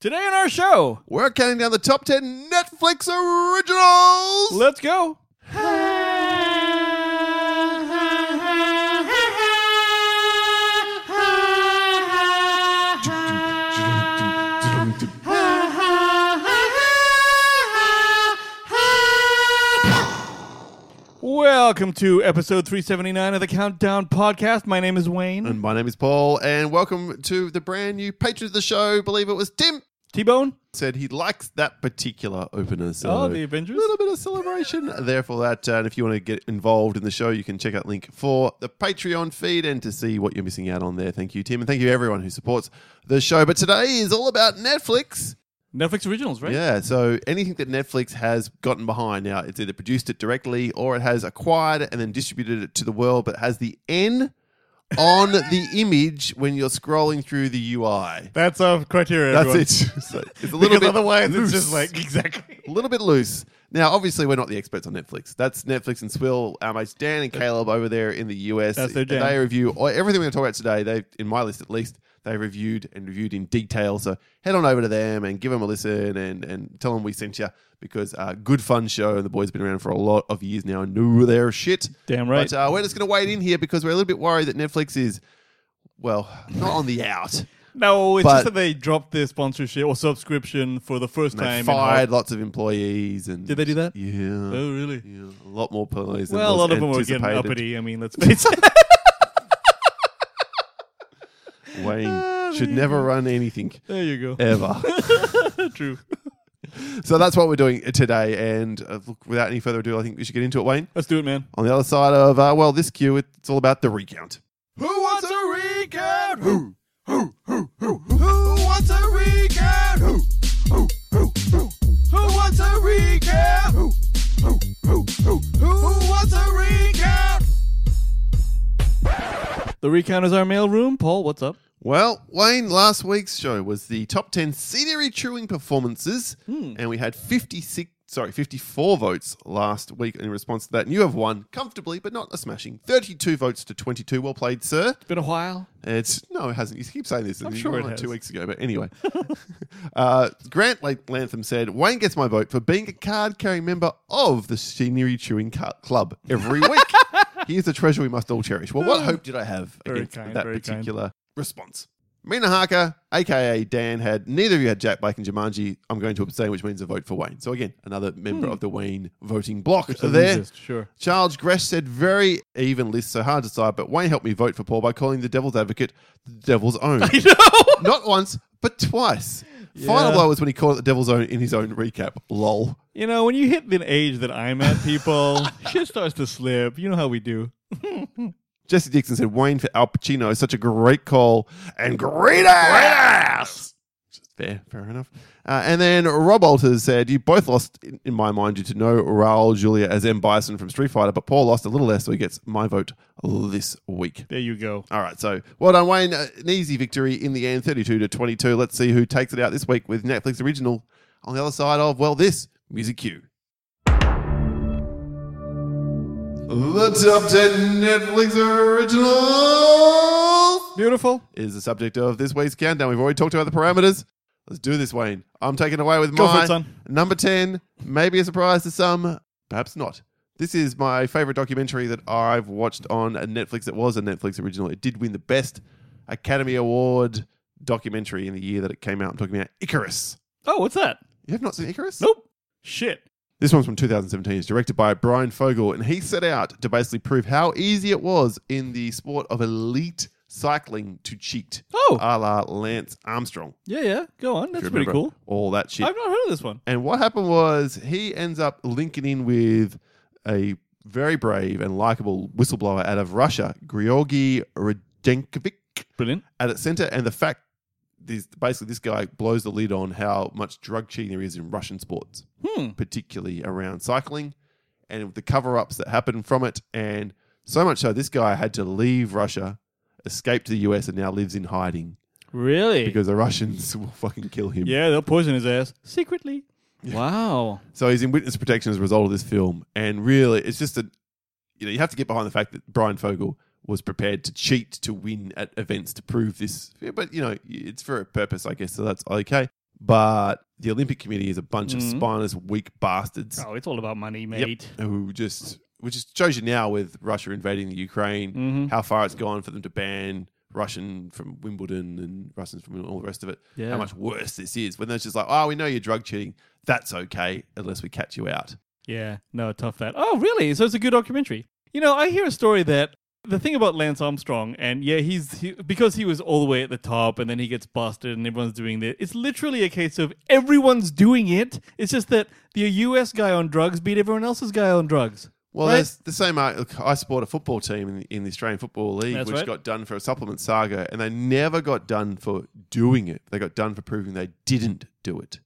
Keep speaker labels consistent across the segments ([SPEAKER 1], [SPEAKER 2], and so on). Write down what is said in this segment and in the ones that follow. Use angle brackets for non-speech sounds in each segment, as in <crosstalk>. [SPEAKER 1] Today on our show,
[SPEAKER 2] We're counting down the top 10 Netflix originals.
[SPEAKER 1] let's go. Welcome to episode 379 of the Countdown Podcast. My name is Wayne.
[SPEAKER 2] and my name is Paul, and welcome to the brand new patron of the show. believe it was Tim.
[SPEAKER 1] T Bone?
[SPEAKER 2] Said he likes that particular opener. So
[SPEAKER 1] Oh, the Avengers?
[SPEAKER 2] A little bit of celebration there for that. Uh, and if you want to get involved in the show, you can check out link for the Patreon feed and to see what you're missing out on there. Thank you, Tim. And thank you, everyone who supports the show. But today is all about Netflix.
[SPEAKER 1] Netflix originals, right?
[SPEAKER 2] Yeah, so anything that Netflix has gotten behind now, it's either produced it directly or it has acquired it and then distributed it to the world, but has the N
[SPEAKER 3] <laughs>
[SPEAKER 2] on the image when you're scrolling through the UI.
[SPEAKER 3] That's our criteria.
[SPEAKER 2] That's
[SPEAKER 3] everyone.
[SPEAKER 2] it. <laughs> So it's a
[SPEAKER 3] <laughs>
[SPEAKER 2] little
[SPEAKER 3] because
[SPEAKER 2] bit
[SPEAKER 3] otherwise
[SPEAKER 2] loose.
[SPEAKER 3] it's just like <laughs> exactly.
[SPEAKER 2] a little bit loose. Now, obviously, we're not the experts on Netflix. That's Netflix and Swill, our mates Dan and Caleb over there in the US.
[SPEAKER 1] That's their jam.
[SPEAKER 2] They review or everything we're going to talk about today. They, in my list at least, they reviewed and reviewed in detail. So head on over to them and give them a listen and, and tell them we sent you because uh, good fun show and the boys been around for a lot of years now and knew their shit.
[SPEAKER 1] Damn right.
[SPEAKER 2] But uh, we're just going to wait in here because we're a little bit worried that Netflix is, well, not on the
[SPEAKER 1] <laughs>
[SPEAKER 2] out.
[SPEAKER 1] No, it's
[SPEAKER 2] But-
[SPEAKER 1] just that they dropped their sponsorship or subscription for the first
[SPEAKER 2] They
[SPEAKER 1] time. in
[SPEAKER 2] fired lots of employees and
[SPEAKER 1] Did they do that?
[SPEAKER 2] Yeah.
[SPEAKER 1] Oh, really?
[SPEAKER 2] Yeah, a lot more police. than
[SPEAKER 1] Well, a
[SPEAKER 2] was
[SPEAKER 1] lot of them were getting
[SPEAKER 2] anticipated.
[SPEAKER 1] uppity. I
[SPEAKER 2] <laughs>
[SPEAKER 1] mean, let's face it. Ah,
[SPEAKER 2] Wayne should never run anything
[SPEAKER 1] There you go.
[SPEAKER 2] ever.
[SPEAKER 1] True.
[SPEAKER 2] so that's what we're doing today. And uh, look, without any further ado, I think we should get into it, Wayne.
[SPEAKER 1] Let's do it, man.
[SPEAKER 2] On the other side of uh, well, this queue, it's all about the recount.
[SPEAKER 1] Who wants a recap? Who?
[SPEAKER 2] Who wants a recount? Who? Who? Who? Who? Who wants a recount? Who? Who? Who? Who? Who wants a recount?
[SPEAKER 1] The recount is our mail room. Paul, what's up?
[SPEAKER 2] Well, Wayne, last week's show was the top 10 scenery chewing performances,
[SPEAKER 1] Hmm.
[SPEAKER 2] and we had 56, sorry, 54 votes last week in response to that. And you have won comfortably, but not a smashing 32 votes to 22. Well played, sir.
[SPEAKER 1] It's been a while.
[SPEAKER 2] It's no, it hasn't. You keep saying this. I'm
[SPEAKER 1] sure it
[SPEAKER 2] Two
[SPEAKER 1] has.
[SPEAKER 2] weeks ago, but anyway. <laughs> uh, Grant Lake Lantham said Wayne gets my vote for being a card-carrying member of the Scenery Chewing Cu- Club
[SPEAKER 1] <laughs>
[SPEAKER 2] every week. he is a treasure we must all cherish. Well, what hope did I have
[SPEAKER 1] Very
[SPEAKER 2] against
[SPEAKER 1] kind,
[SPEAKER 2] that
[SPEAKER 1] very kind.
[SPEAKER 2] particular response? Mina Harker, aka Dan, had neither of you had Jack Black and Jumanji. I'm going to abstain, which means a vote for Wayne. So again, another member of the Wayne voting block there.
[SPEAKER 1] Hmm.
[SPEAKER 2] <laughs>
[SPEAKER 1] Exist, Sure. <laughs>
[SPEAKER 2] Charles Gresh said, very even list, so hard to decide, but Wayne helped me vote for Paul by calling the devil's advocate the devil's <laughs> own. Not once, but twice. Final blow was when he called it the devil's own in his own recap. Lol.
[SPEAKER 1] You know, when you hit the age that I'm at, <laughs> people, shit starts to slip. You know how we do.
[SPEAKER 2] Jesse Dixon said, Wayne for Al Pacino is such a great call and great ass. Which is Fair, fair enough. Uh, and then Rob Alters said, You both lost, in- in my mind, due to no Raul Julia as M. Bison from Street Fighter, but Paul lost a little less, so he gets my vote this week.
[SPEAKER 1] There you go.
[SPEAKER 2] All right, so well done, Wayne. Uh, An easy victory in the end, 32 to 22. Let's see who takes it out this week with Netflix original on the other side of, well, this music cue. The top 10 Netflix original
[SPEAKER 1] Beautiful.
[SPEAKER 2] is the subject of this week's countdown. We've already talked about the parameters. Let's do this, Wayne. I'm taking away with
[SPEAKER 1] Go for
[SPEAKER 2] my
[SPEAKER 1] it, son.
[SPEAKER 2] number 10. Maybe a surprise to some, perhaps not. This is my favorite documentary that I've watched on Netflix. It was a Netflix original. It did win the best Academy Award documentary in the year that it came out. I'm talking about Icarus.
[SPEAKER 1] Oh, what's that?
[SPEAKER 2] You have not seen Icarus?
[SPEAKER 1] Nope. Shit.
[SPEAKER 2] This one's from 2017. It's directed by Brian Fogel, and he set out to basically prove how easy it was in the sport of elite cycling to cheat.
[SPEAKER 1] Oh.
[SPEAKER 2] A la Lance Armstrong.
[SPEAKER 1] Yeah, yeah. Go on. That's
[SPEAKER 2] Uh, if you
[SPEAKER 1] pretty
[SPEAKER 2] remember
[SPEAKER 1] cool.
[SPEAKER 2] All that shit.
[SPEAKER 1] I've not heard of this one.
[SPEAKER 2] And what happened was he ends up linking in with a very brave and likable whistleblower out of Russia, Georgy Radenkovic,
[SPEAKER 1] Brilliant.
[SPEAKER 2] at its center. And the fact is basically this guy blows the lid on how much drug cheating there is in Russian sports,
[SPEAKER 1] Hmm.
[SPEAKER 2] particularly around cycling and the cover ups that happen from it. And so much so, this guy had to leave Russia, escape to the US, and now lives in hiding
[SPEAKER 1] Really?
[SPEAKER 2] because the Russians <laughs> will fucking kill him.
[SPEAKER 1] yeah, they'll poison his ass secretly. <laughs> Wow.
[SPEAKER 2] So he's in witness protection as a result of this film, and really, it's just a you know you have to get behind the fact that Brian Fogel was prepared to cheat to win at events to prove this, but you know it's for a purpose, I guess. So that's okay. But the Olympic Committee is a bunch of
[SPEAKER 3] Mhm.
[SPEAKER 2] spineless, weak bastards
[SPEAKER 3] Oh, it's all about money,
[SPEAKER 2] Yep.
[SPEAKER 3] mate.
[SPEAKER 2] who just, which just shows you now with Russia invading the Ukraine,
[SPEAKER 3] Mhm.
[SPEAKER 2] how far it's gone for them to ban Russian from Wimbledon and Russians from all the rest of it.
[SPEAKER 3] Yeah.
[SPEAKER 2] How much worse this is when they're just like, oh, we know you're drug cheating. That's okay unless we catch you out.
[SPEAKER 3] Yeah, no, tough that. Oh, really? So it's a good documentary. You know, I hear a story that the thing about Lance Armstrong, and yeah, he's he, because he was all the way at the top, and then he gets busted, and everyone's doing it. It's literally a case of everyone's doing it. It's just that the U.S. guy on drugs beat everyone else's guy on drugs.
[SPEAKER 2] Well,
[SPEAKER 3] Right?
[SPEAKER 2] there's the same. ar- Look, I support a football team in, in the Australian Football League,
[SPEAKER 3] That's
[SPEAKER 2] which
[SPEAKER 3] right.
[SPEAKER 2] got done for a supplement saga, and they never got done for doing it. They got done for proving they didn't do it.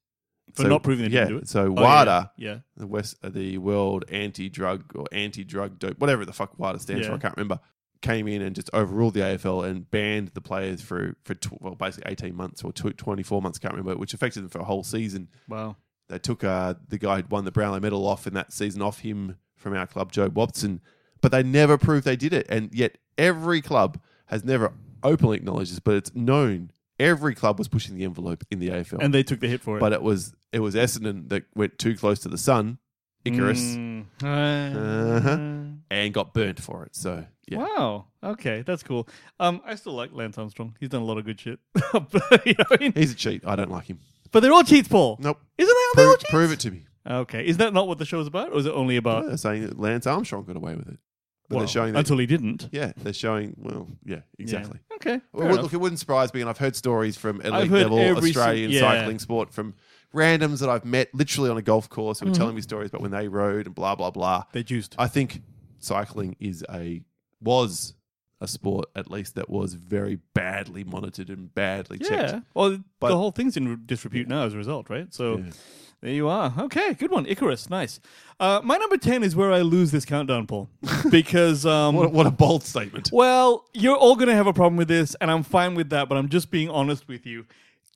[SPEAKER 3] For not proving they
[SPEAKER 2] yeah,
[SPEAKER 3] didn't do it?
[SPEAKER 2] So
[SPEAKER 3] Oh, yeah,
[SPEAKER 2] WADA,
[SPEAKER 3] yeah.
[SPEAKER 2] the West, uh, the World Anti-Drug or Anti-Drug Dope, whatever the fuck WADA stands
[SPEAKER 3] Yeah.
[SPEAKER 2] for, I can't remember, came in and just overruled the AFL and banned the players for for tw- well, basically eighteen months or tw- twenty-four months, can't remember, which affected them for a whole season
[SPEAKER 3] Wow.
[SPEAKER 2] they took uh, the guy who'd won the Brownlow medal off in that season off him from our club, Joe Watson, but they never proved they did it. And yet every club has never openly acknowledged this, but it's known every club was pushing the envelope in the AFL.
[SPEAKER 3] And they took the hit for it.
[SPEAKER 2] but it was it was Essendon that went too close to the sun, Icarus,
[SPEAKER 3] Mm. uh,
[SPEAKER 2] Uh-huh. and got burnt for it. So yeah.
[SPEAKER 3] Wow. Okay, that's cool. Um, I still like Lance Armstrong. He's done a lot of good shit. <laughs> But, you know, in-
[SPEAKER 2] He's a cheat. I don't like him.
[SPEAKER 3] but they're all cheats, Paul.
[SPEAKER 2] Nope.
[SPEAKER 3] Isn't that
[SPEAKER 2] Prove,
[SPEAKER 3] all
[SPEAKER 2] prove it to me.
[SPEAKER 3] Okay, is that not what the show's about, or is it only about?
[SPEAKER 2] They're saying that Lance Armstrong got away with it. But
[SPEAKER 3] Uh, well,
[SPEAKER 2] they're showing that.
[SPEAKER 3] until he didn't.
[SPEAKER 2] yeah, they're showing. Well, yeah, exactly.
[SPEAKER 3] Okay. fair
[SPEAKER 2] Well, it would-
[SPEAKER 3] enough.
[SPEAKER 2] look, it wouldn't surprise me, and I've heard stories from elite
[SPEAKER 3] heard
[SPEAKER 2] level
[SPEAKER 3] every si-
[SPEAKER 2] Australian
[SPEAKER 3] yeah.
[SPEAKER 2] cycling sport from randoms that I've met literally on a golf course who were telling me stories about when they rode and blah blah blah.
[SPEAKER 3] Mm-hmm. they juiced.
[SPEAKER 2] I think cycling is a was a sport at least that was very badly monitored and badly
[SPEAKER 3] yeah.
[SPEAKER 2] checked.
[SPEAKER 3] Well,
[SPEAKER 2] But-
[SPEAKER 3] the whole thing's in disrepute now as a result, right? So
[SPEAKER 2] Yeah.
[SPEAKER 3] there you are. Okay, good one, Icarus. Nice. Uh, my number ten is where I lose this countdown, Paul, <laughs> because um,
[SPEAKER 2] <laughs> What a, what a bold statement!
[SPEAKER 3] Well, you're all going to have a problem with this, and I'm fine with that, but I'm just being honest with you.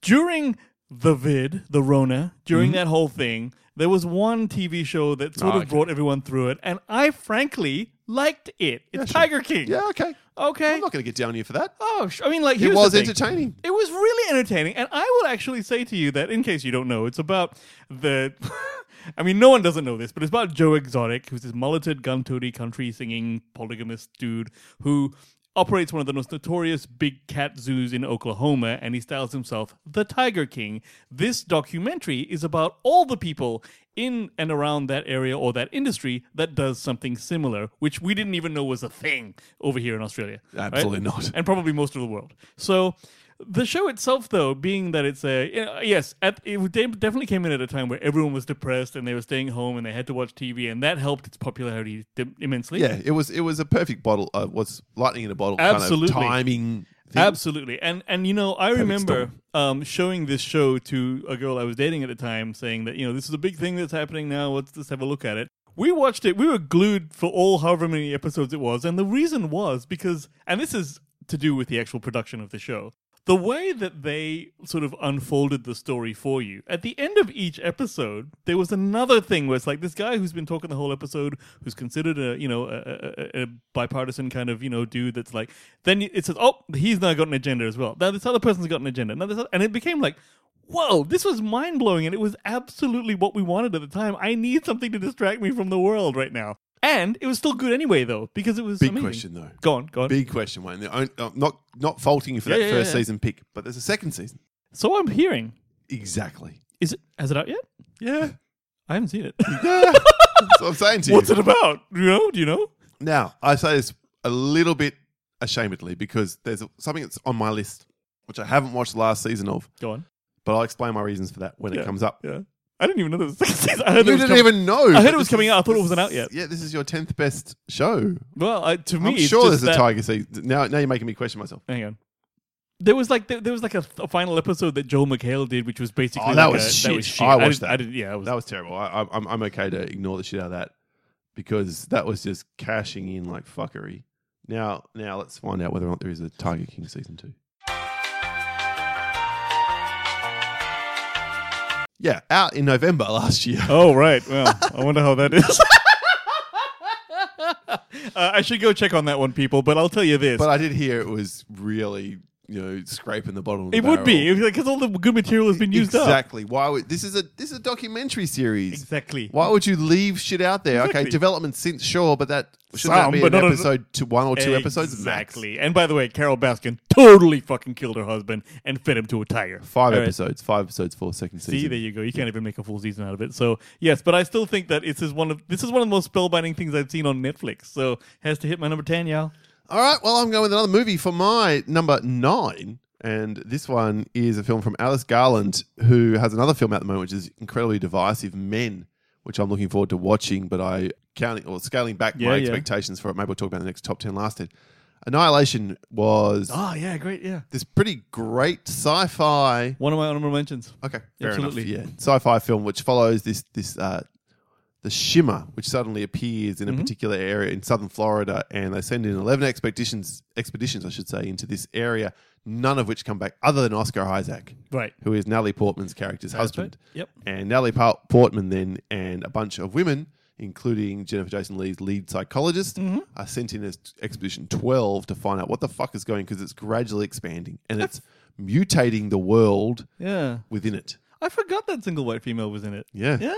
[SPEAKER 3] During the vid, the Rona, during that whole thing, there was one TV show that sort
[SPEAKER 2] Oh,
[SPEAKER 3] of
[SPEAKER 2] Mm-hmm. okay.
[SPEAKER 3] brought everyone through it, and I frankly liked it. It's <laughs>
[SPEAKER 2] sure.
[SPEAKER 3] Tiger King.
[SPEAKER 2] Yeah, okay.
[SPEAKER 3] Okay.
[SPEAKER 2] I'm not going to get down here for that.
[SPEAKER 3] oh, sh- I mean, like,
[SPEAKER 2] It
[SPEAKER 3] here's
[SPEAKER 2] was
[SPEAKER 3] the thing.
[SPEAKER 2] entertaining.
[SPEAKER 3] It was really entertaining, and I will actually say to you that, in case you don't know, it's about the. <laughs> I mean, no one doesn't know this, but it's about Joe Exotic, who's this mulleted, gun-toting, country-singing, polygamist dude who operates one of the most notorious big cat zoos in Oklahoma, and he styles himself the Tiger King. This documentary is about all the people in and around that area or that industry that does something similar, which we didn't even know was a thing over here in Australia. right?
[SPEAKER 2] Absolutely not.
[SPEAKER 3] <laughs> and probably most of the world. So the show itself, though, being that it's a you know, yes, at, it would- de- definitely came in at a time where everyone was depressed and they were staying home and they had to watch TV, and that helped its popularity dim- immensely.
[SPEAKER 2] Yeah, it was it was a perfect bottle. Uh, was lightning in a bottle.
[SPEAKER 3] Absolutely.
[SPEAKER 2] kind of timing. Thing.
[SPEAKER 3] Absolutely, and and you know, I remember
[SPEAKER 2] storm.
[SPEAKER 3] um, showing this show to a girl I was dating at the time, saying that you know this is a big thing that's happening now. Let's just have a look at it. We watched it. We were glued for all however many episodes it was, and the reason was because, and this is to do with the actual production of the show. The way that they sort of unfolded the story for you at the end of each episode, there was another thing where it's like this guy who's been talking the whole episode, who's considered a you know a, a, a- a bipartisan kind of you know dude that's like, then it says, oh, he's now got an agenda as well. Now this other person's got an agenda. Now this, other, and it became like, whoa, this was mind blowing, and it was absolutely what we wanted at the time. I need something to distract me from the world right now, and it was still good anyway though because it was
[SPEAKER 2] Big
[SPEAKER 3] amazing.
[SPEAKER 2] question though.
[SPEAKER 3] Go on, go on.
[SPEAKER 2] Big question, Wayne. The only, uh, not not faulting you for
[SPEAKER 3] Yeah,
[SPEAKER 2] that
[SPEAKER 3] yeah,
[SPEAKER 2] first
[SPEAKER 3] yeah.
[SPEAKER 2] season pick, but there's a second season.
[SPEAKER 3] so I'm hearing,
[SPEAKER 2] Exactly.
[SPEAKER 3] is it has it out yet?
[SPEAKER 2] Yeah.
[SPEAKER 3] <laughs> I haven't
[SPEAKER 2] <laughs>
[SPEAKER 3] seen it.
[SPEAKER 2] Yeah. That's what I'm saying to you.
[SPEAKER 3] What's it about? You know? Do you know?
[SPEAKER 2] now, I say this a little bit ashamedly because there's something that's on my list, which I haven't watched the last season of,
[SPEAKER 3] Go on.
[SPEAKER 2] but I'll explain my reasons for that when it
[SPEAKER 3] Yeah.
[SPEAKER 2] comes up.
[SPEAKER 3] Yeah. I didn't even know there was a second season. I heard there
[SPEAKER 2] You
[SPEAKER 3] was
[SPEAKER 2] didn't
[SPEAKER 3] com-
[SPEAKER 2] even know.
[SPEAKER 3] I heard
[SPEAKER 2] but
[SPEAKER 3] it was
[SPEAKER 2] this
[SPEAKER 3] coming
[SPEAKER 2] is-
[SPEAKER 3] out. I thought it
[SPEAKER 2] this
[SPEAKER 3] wasn't out
[SPEAKER 2] is-
[SPEAKER 3] yet.
[SPEAKER 2] Yeah, this is your 10th best show.
[SPEAKER 3] Well, I, to me,
[SPEAKER 2] I'm
[SPEAKER 3] it's
[SPEAKER 2] sure
[SPEAKER 3] just
[SPEAKER 2] there's a
[SPEAKER 3] that-
[SPEAKER 2] Tiger season. Now, now you're making me question myself.
[SPEAKER 3] Hang on. There was like there, there was like a, a final episode that Joel McHale did, which was basically
[SPEAKER 2] Oh, that
[SPEAKER 3] like
[SPEAKER 2] was
[SPEAKER 3] a,
[SPEAKER 2] shit.
[SPEAKER 3] That was shit.
[SPEAKER 2] I watched
[SPEAKER 3] didn't-
[SPEAKER 2] that.
[SPEAKER 3] I didn't. Yeah, I was.
[SPEAKER 2] That was terrible. I, I, I'm, I'm okay to ignore the shit out of that because that was just cashing in like fuckery. Now, now let's find out whether or not there is a Tiger King season two. Yeah, out in November last year.
[SPEAKER 3] <laughs>
[SPEAKER 2] <laughs>
[SPEAKER 3] Oh right. Well, I wonder how that is. uh, I should go check on that one, people. But I'll tell you this.
[SPEAKER 2] But I did hear it was really you know scraping the bottom. Of the
[SPEAKER 3] It would be
[SPEAKER 2] barrel.
[SPEAKER 3] because all the good material has been used up.
[SPEAKER 2] exactly. Why would this is a this is a documentary series?
[SPEAKER 3] Exactly.
[SPEAKER 2] Why would you leave shit out there? Okay,
[SPEAKER 3] Exactly.
[SPEAKER 2] development since sure, but that should
[SPEAKER 3] Some,
[SPEAKER 2] that be
[SPEAKER 3] but
[SPEAKER 2] an
[SPEAKER 3] not as-
[SPEAKER 2] episode to one or two episodes max.
[SPEAKER 3] Exactly. And by the way, Carol Baskin totally fucking killed her husband and fed him to a tiger.
[SPEAKER 2] Five
[SPEAKER 3] All right.
[SPEAKER 2] episodes, five episodes for second
[SPEAKER 3] See,
[SPEAKER 2] season.
[SPEAKER 3] there you go. You can't even make a full season out of it. So yes, but I still think that this is one of this is one of the most spellbinding things I've seen on Netflix. So has to hit my number ten, y'all.
[SPEAKER 2] All right, well, I'm going with another movie for my number nine. And this one is a film from Alice Garland, who has another film at the moment, which is incredibly divisive Men, which I'm looking forward to watching, but I counting or scaling back
[SPEAKER 3] Yeah,
[SPEAKER 2] my
[SPEAKER 3] yeah.
[SPEAKER 2] expectations for it. Maybe we'll talk about the next top ten lasted. Annihilation was
[SPEAKER 3] Oh yeah, great. Yeah,
[SPEAKER 2] this pretty great sci-fi
[SPEAKER 3] one of my honorable mentions.
[SPEAKER 2] Okay, fair
[SPEAKER 3] Absolutely.
[SPEAKER 2] enough. Yeah, sci-fi film which follows this this uh, the shimmer which suddenly appears in a particular area in southern Florida, and they send in eleven expeditions expeditions, I should say, into this area, none of which come back other than Oscar Isaac,
[SPEAKER 3] Right.
[SPEAKER 2] who is Natalie Portman's character's husband.
[SPEAKER 3] Yep.
[SPEAKER 2] And Natalie Pa- Portman then and a bunch of women, including Jennifer Jason Lee's lead psychologist, are sent in as Expedition 12 to find out what the fuck is going because it's gradually expanding and it's mutating the world
[SPEAKER 3] Yeah,
[SPEAKER 2] within it.
[SPEAKER 3] I forgot that single white female was <laughs> in it.
[SPEAKER 2] Yeah.
[SPEAKER 3] Yeah.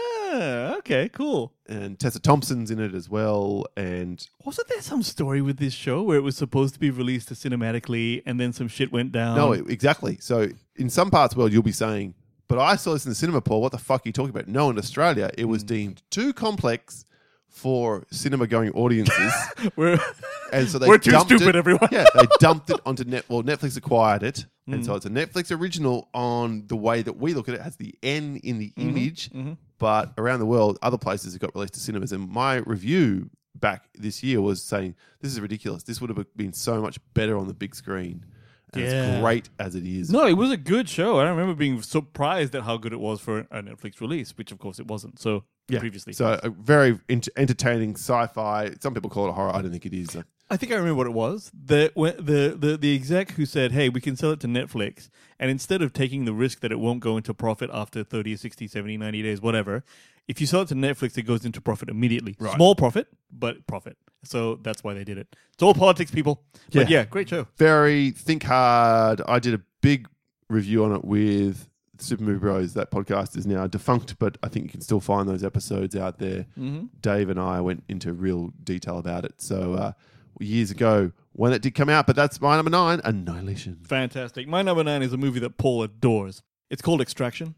[SPEAKER 3] Okay. Cool.
[SPEAKER 2] And Tessa Thompson's in it as well. And
[SPEAKER 3] Wasn't there some story with this show where it was supposed to be released cinematically and then some shit went down? <laughs>
[SPEAKER 2] no, it- exactly. So in some parts of the world, you'll be saying, but I saw this in the cinema, Paul. What the fuck are you talking about? No, in Australia, it was deemed too complex for cinema going audiences.
[SPEAKER 3] we're
[SPEAKER 2] and so they
[SPEAKER 3] We're too
[SPEAKER 2] dumped
[SPEAKER 3] stupid,
[SPEAKER 2] it-
[SPEAKER 3] everyone. Mm.
[SPEAKER 2] yeah, they dumped it onto Net. Well, Netflix acquired it. And so it's a Netflix original on the way that we look at it. It has the N in the
[SPEAKER 3] Mm-hmm,
[SPEAKER 2] image. But around the world, other places it got released to cinemas. And my review back this year was saying, this is ridiculous. This would have been so much better on the big screen. And
[SPEAKER 3] Yeah.
[SPEAKER 2] it's great as it
[SPEAKER 3] <laughs>
[SPEAKER 2] is.
[SPEAKER 3] no, it was a good show. I remember being surprised at how good it was for a Netflix release, which of course it wasn't. So previously,
[SPEAKER 2] So a very ent- entertaining sci-fi. Some people call it horror. I don't think it is.
[SPEAKER 3] I think I remember what it was. The when- the the the exec who said, "Hey, we can sell it to Netflix," and instead of taking the risk that it won't go into profit after 30, 60, 70, 90 days, whatever, if you sell it to Netflix, it goes into profit immediately. Small profit, but profit. So that's why they did it. It's all politics, people. But
[SPEAKER 2] Yeah.
[SPEAKER 3] yeah, great show.
[SPEAKER 2] very think hard. I did a big review on it with Super Movie Bros. That podcast is now defunct, but I think you can still find those episodes out there.
[SPEAKER 3] Mm-hmm.
[SPEAKER 2] Dave and I went into real detail about it. So uh, years ago when it did come out, but that's my number nine, Annihilation.
[SPEAKER 3] Fantastic. My number nine is a movie that Paul adores. It's called Extraction.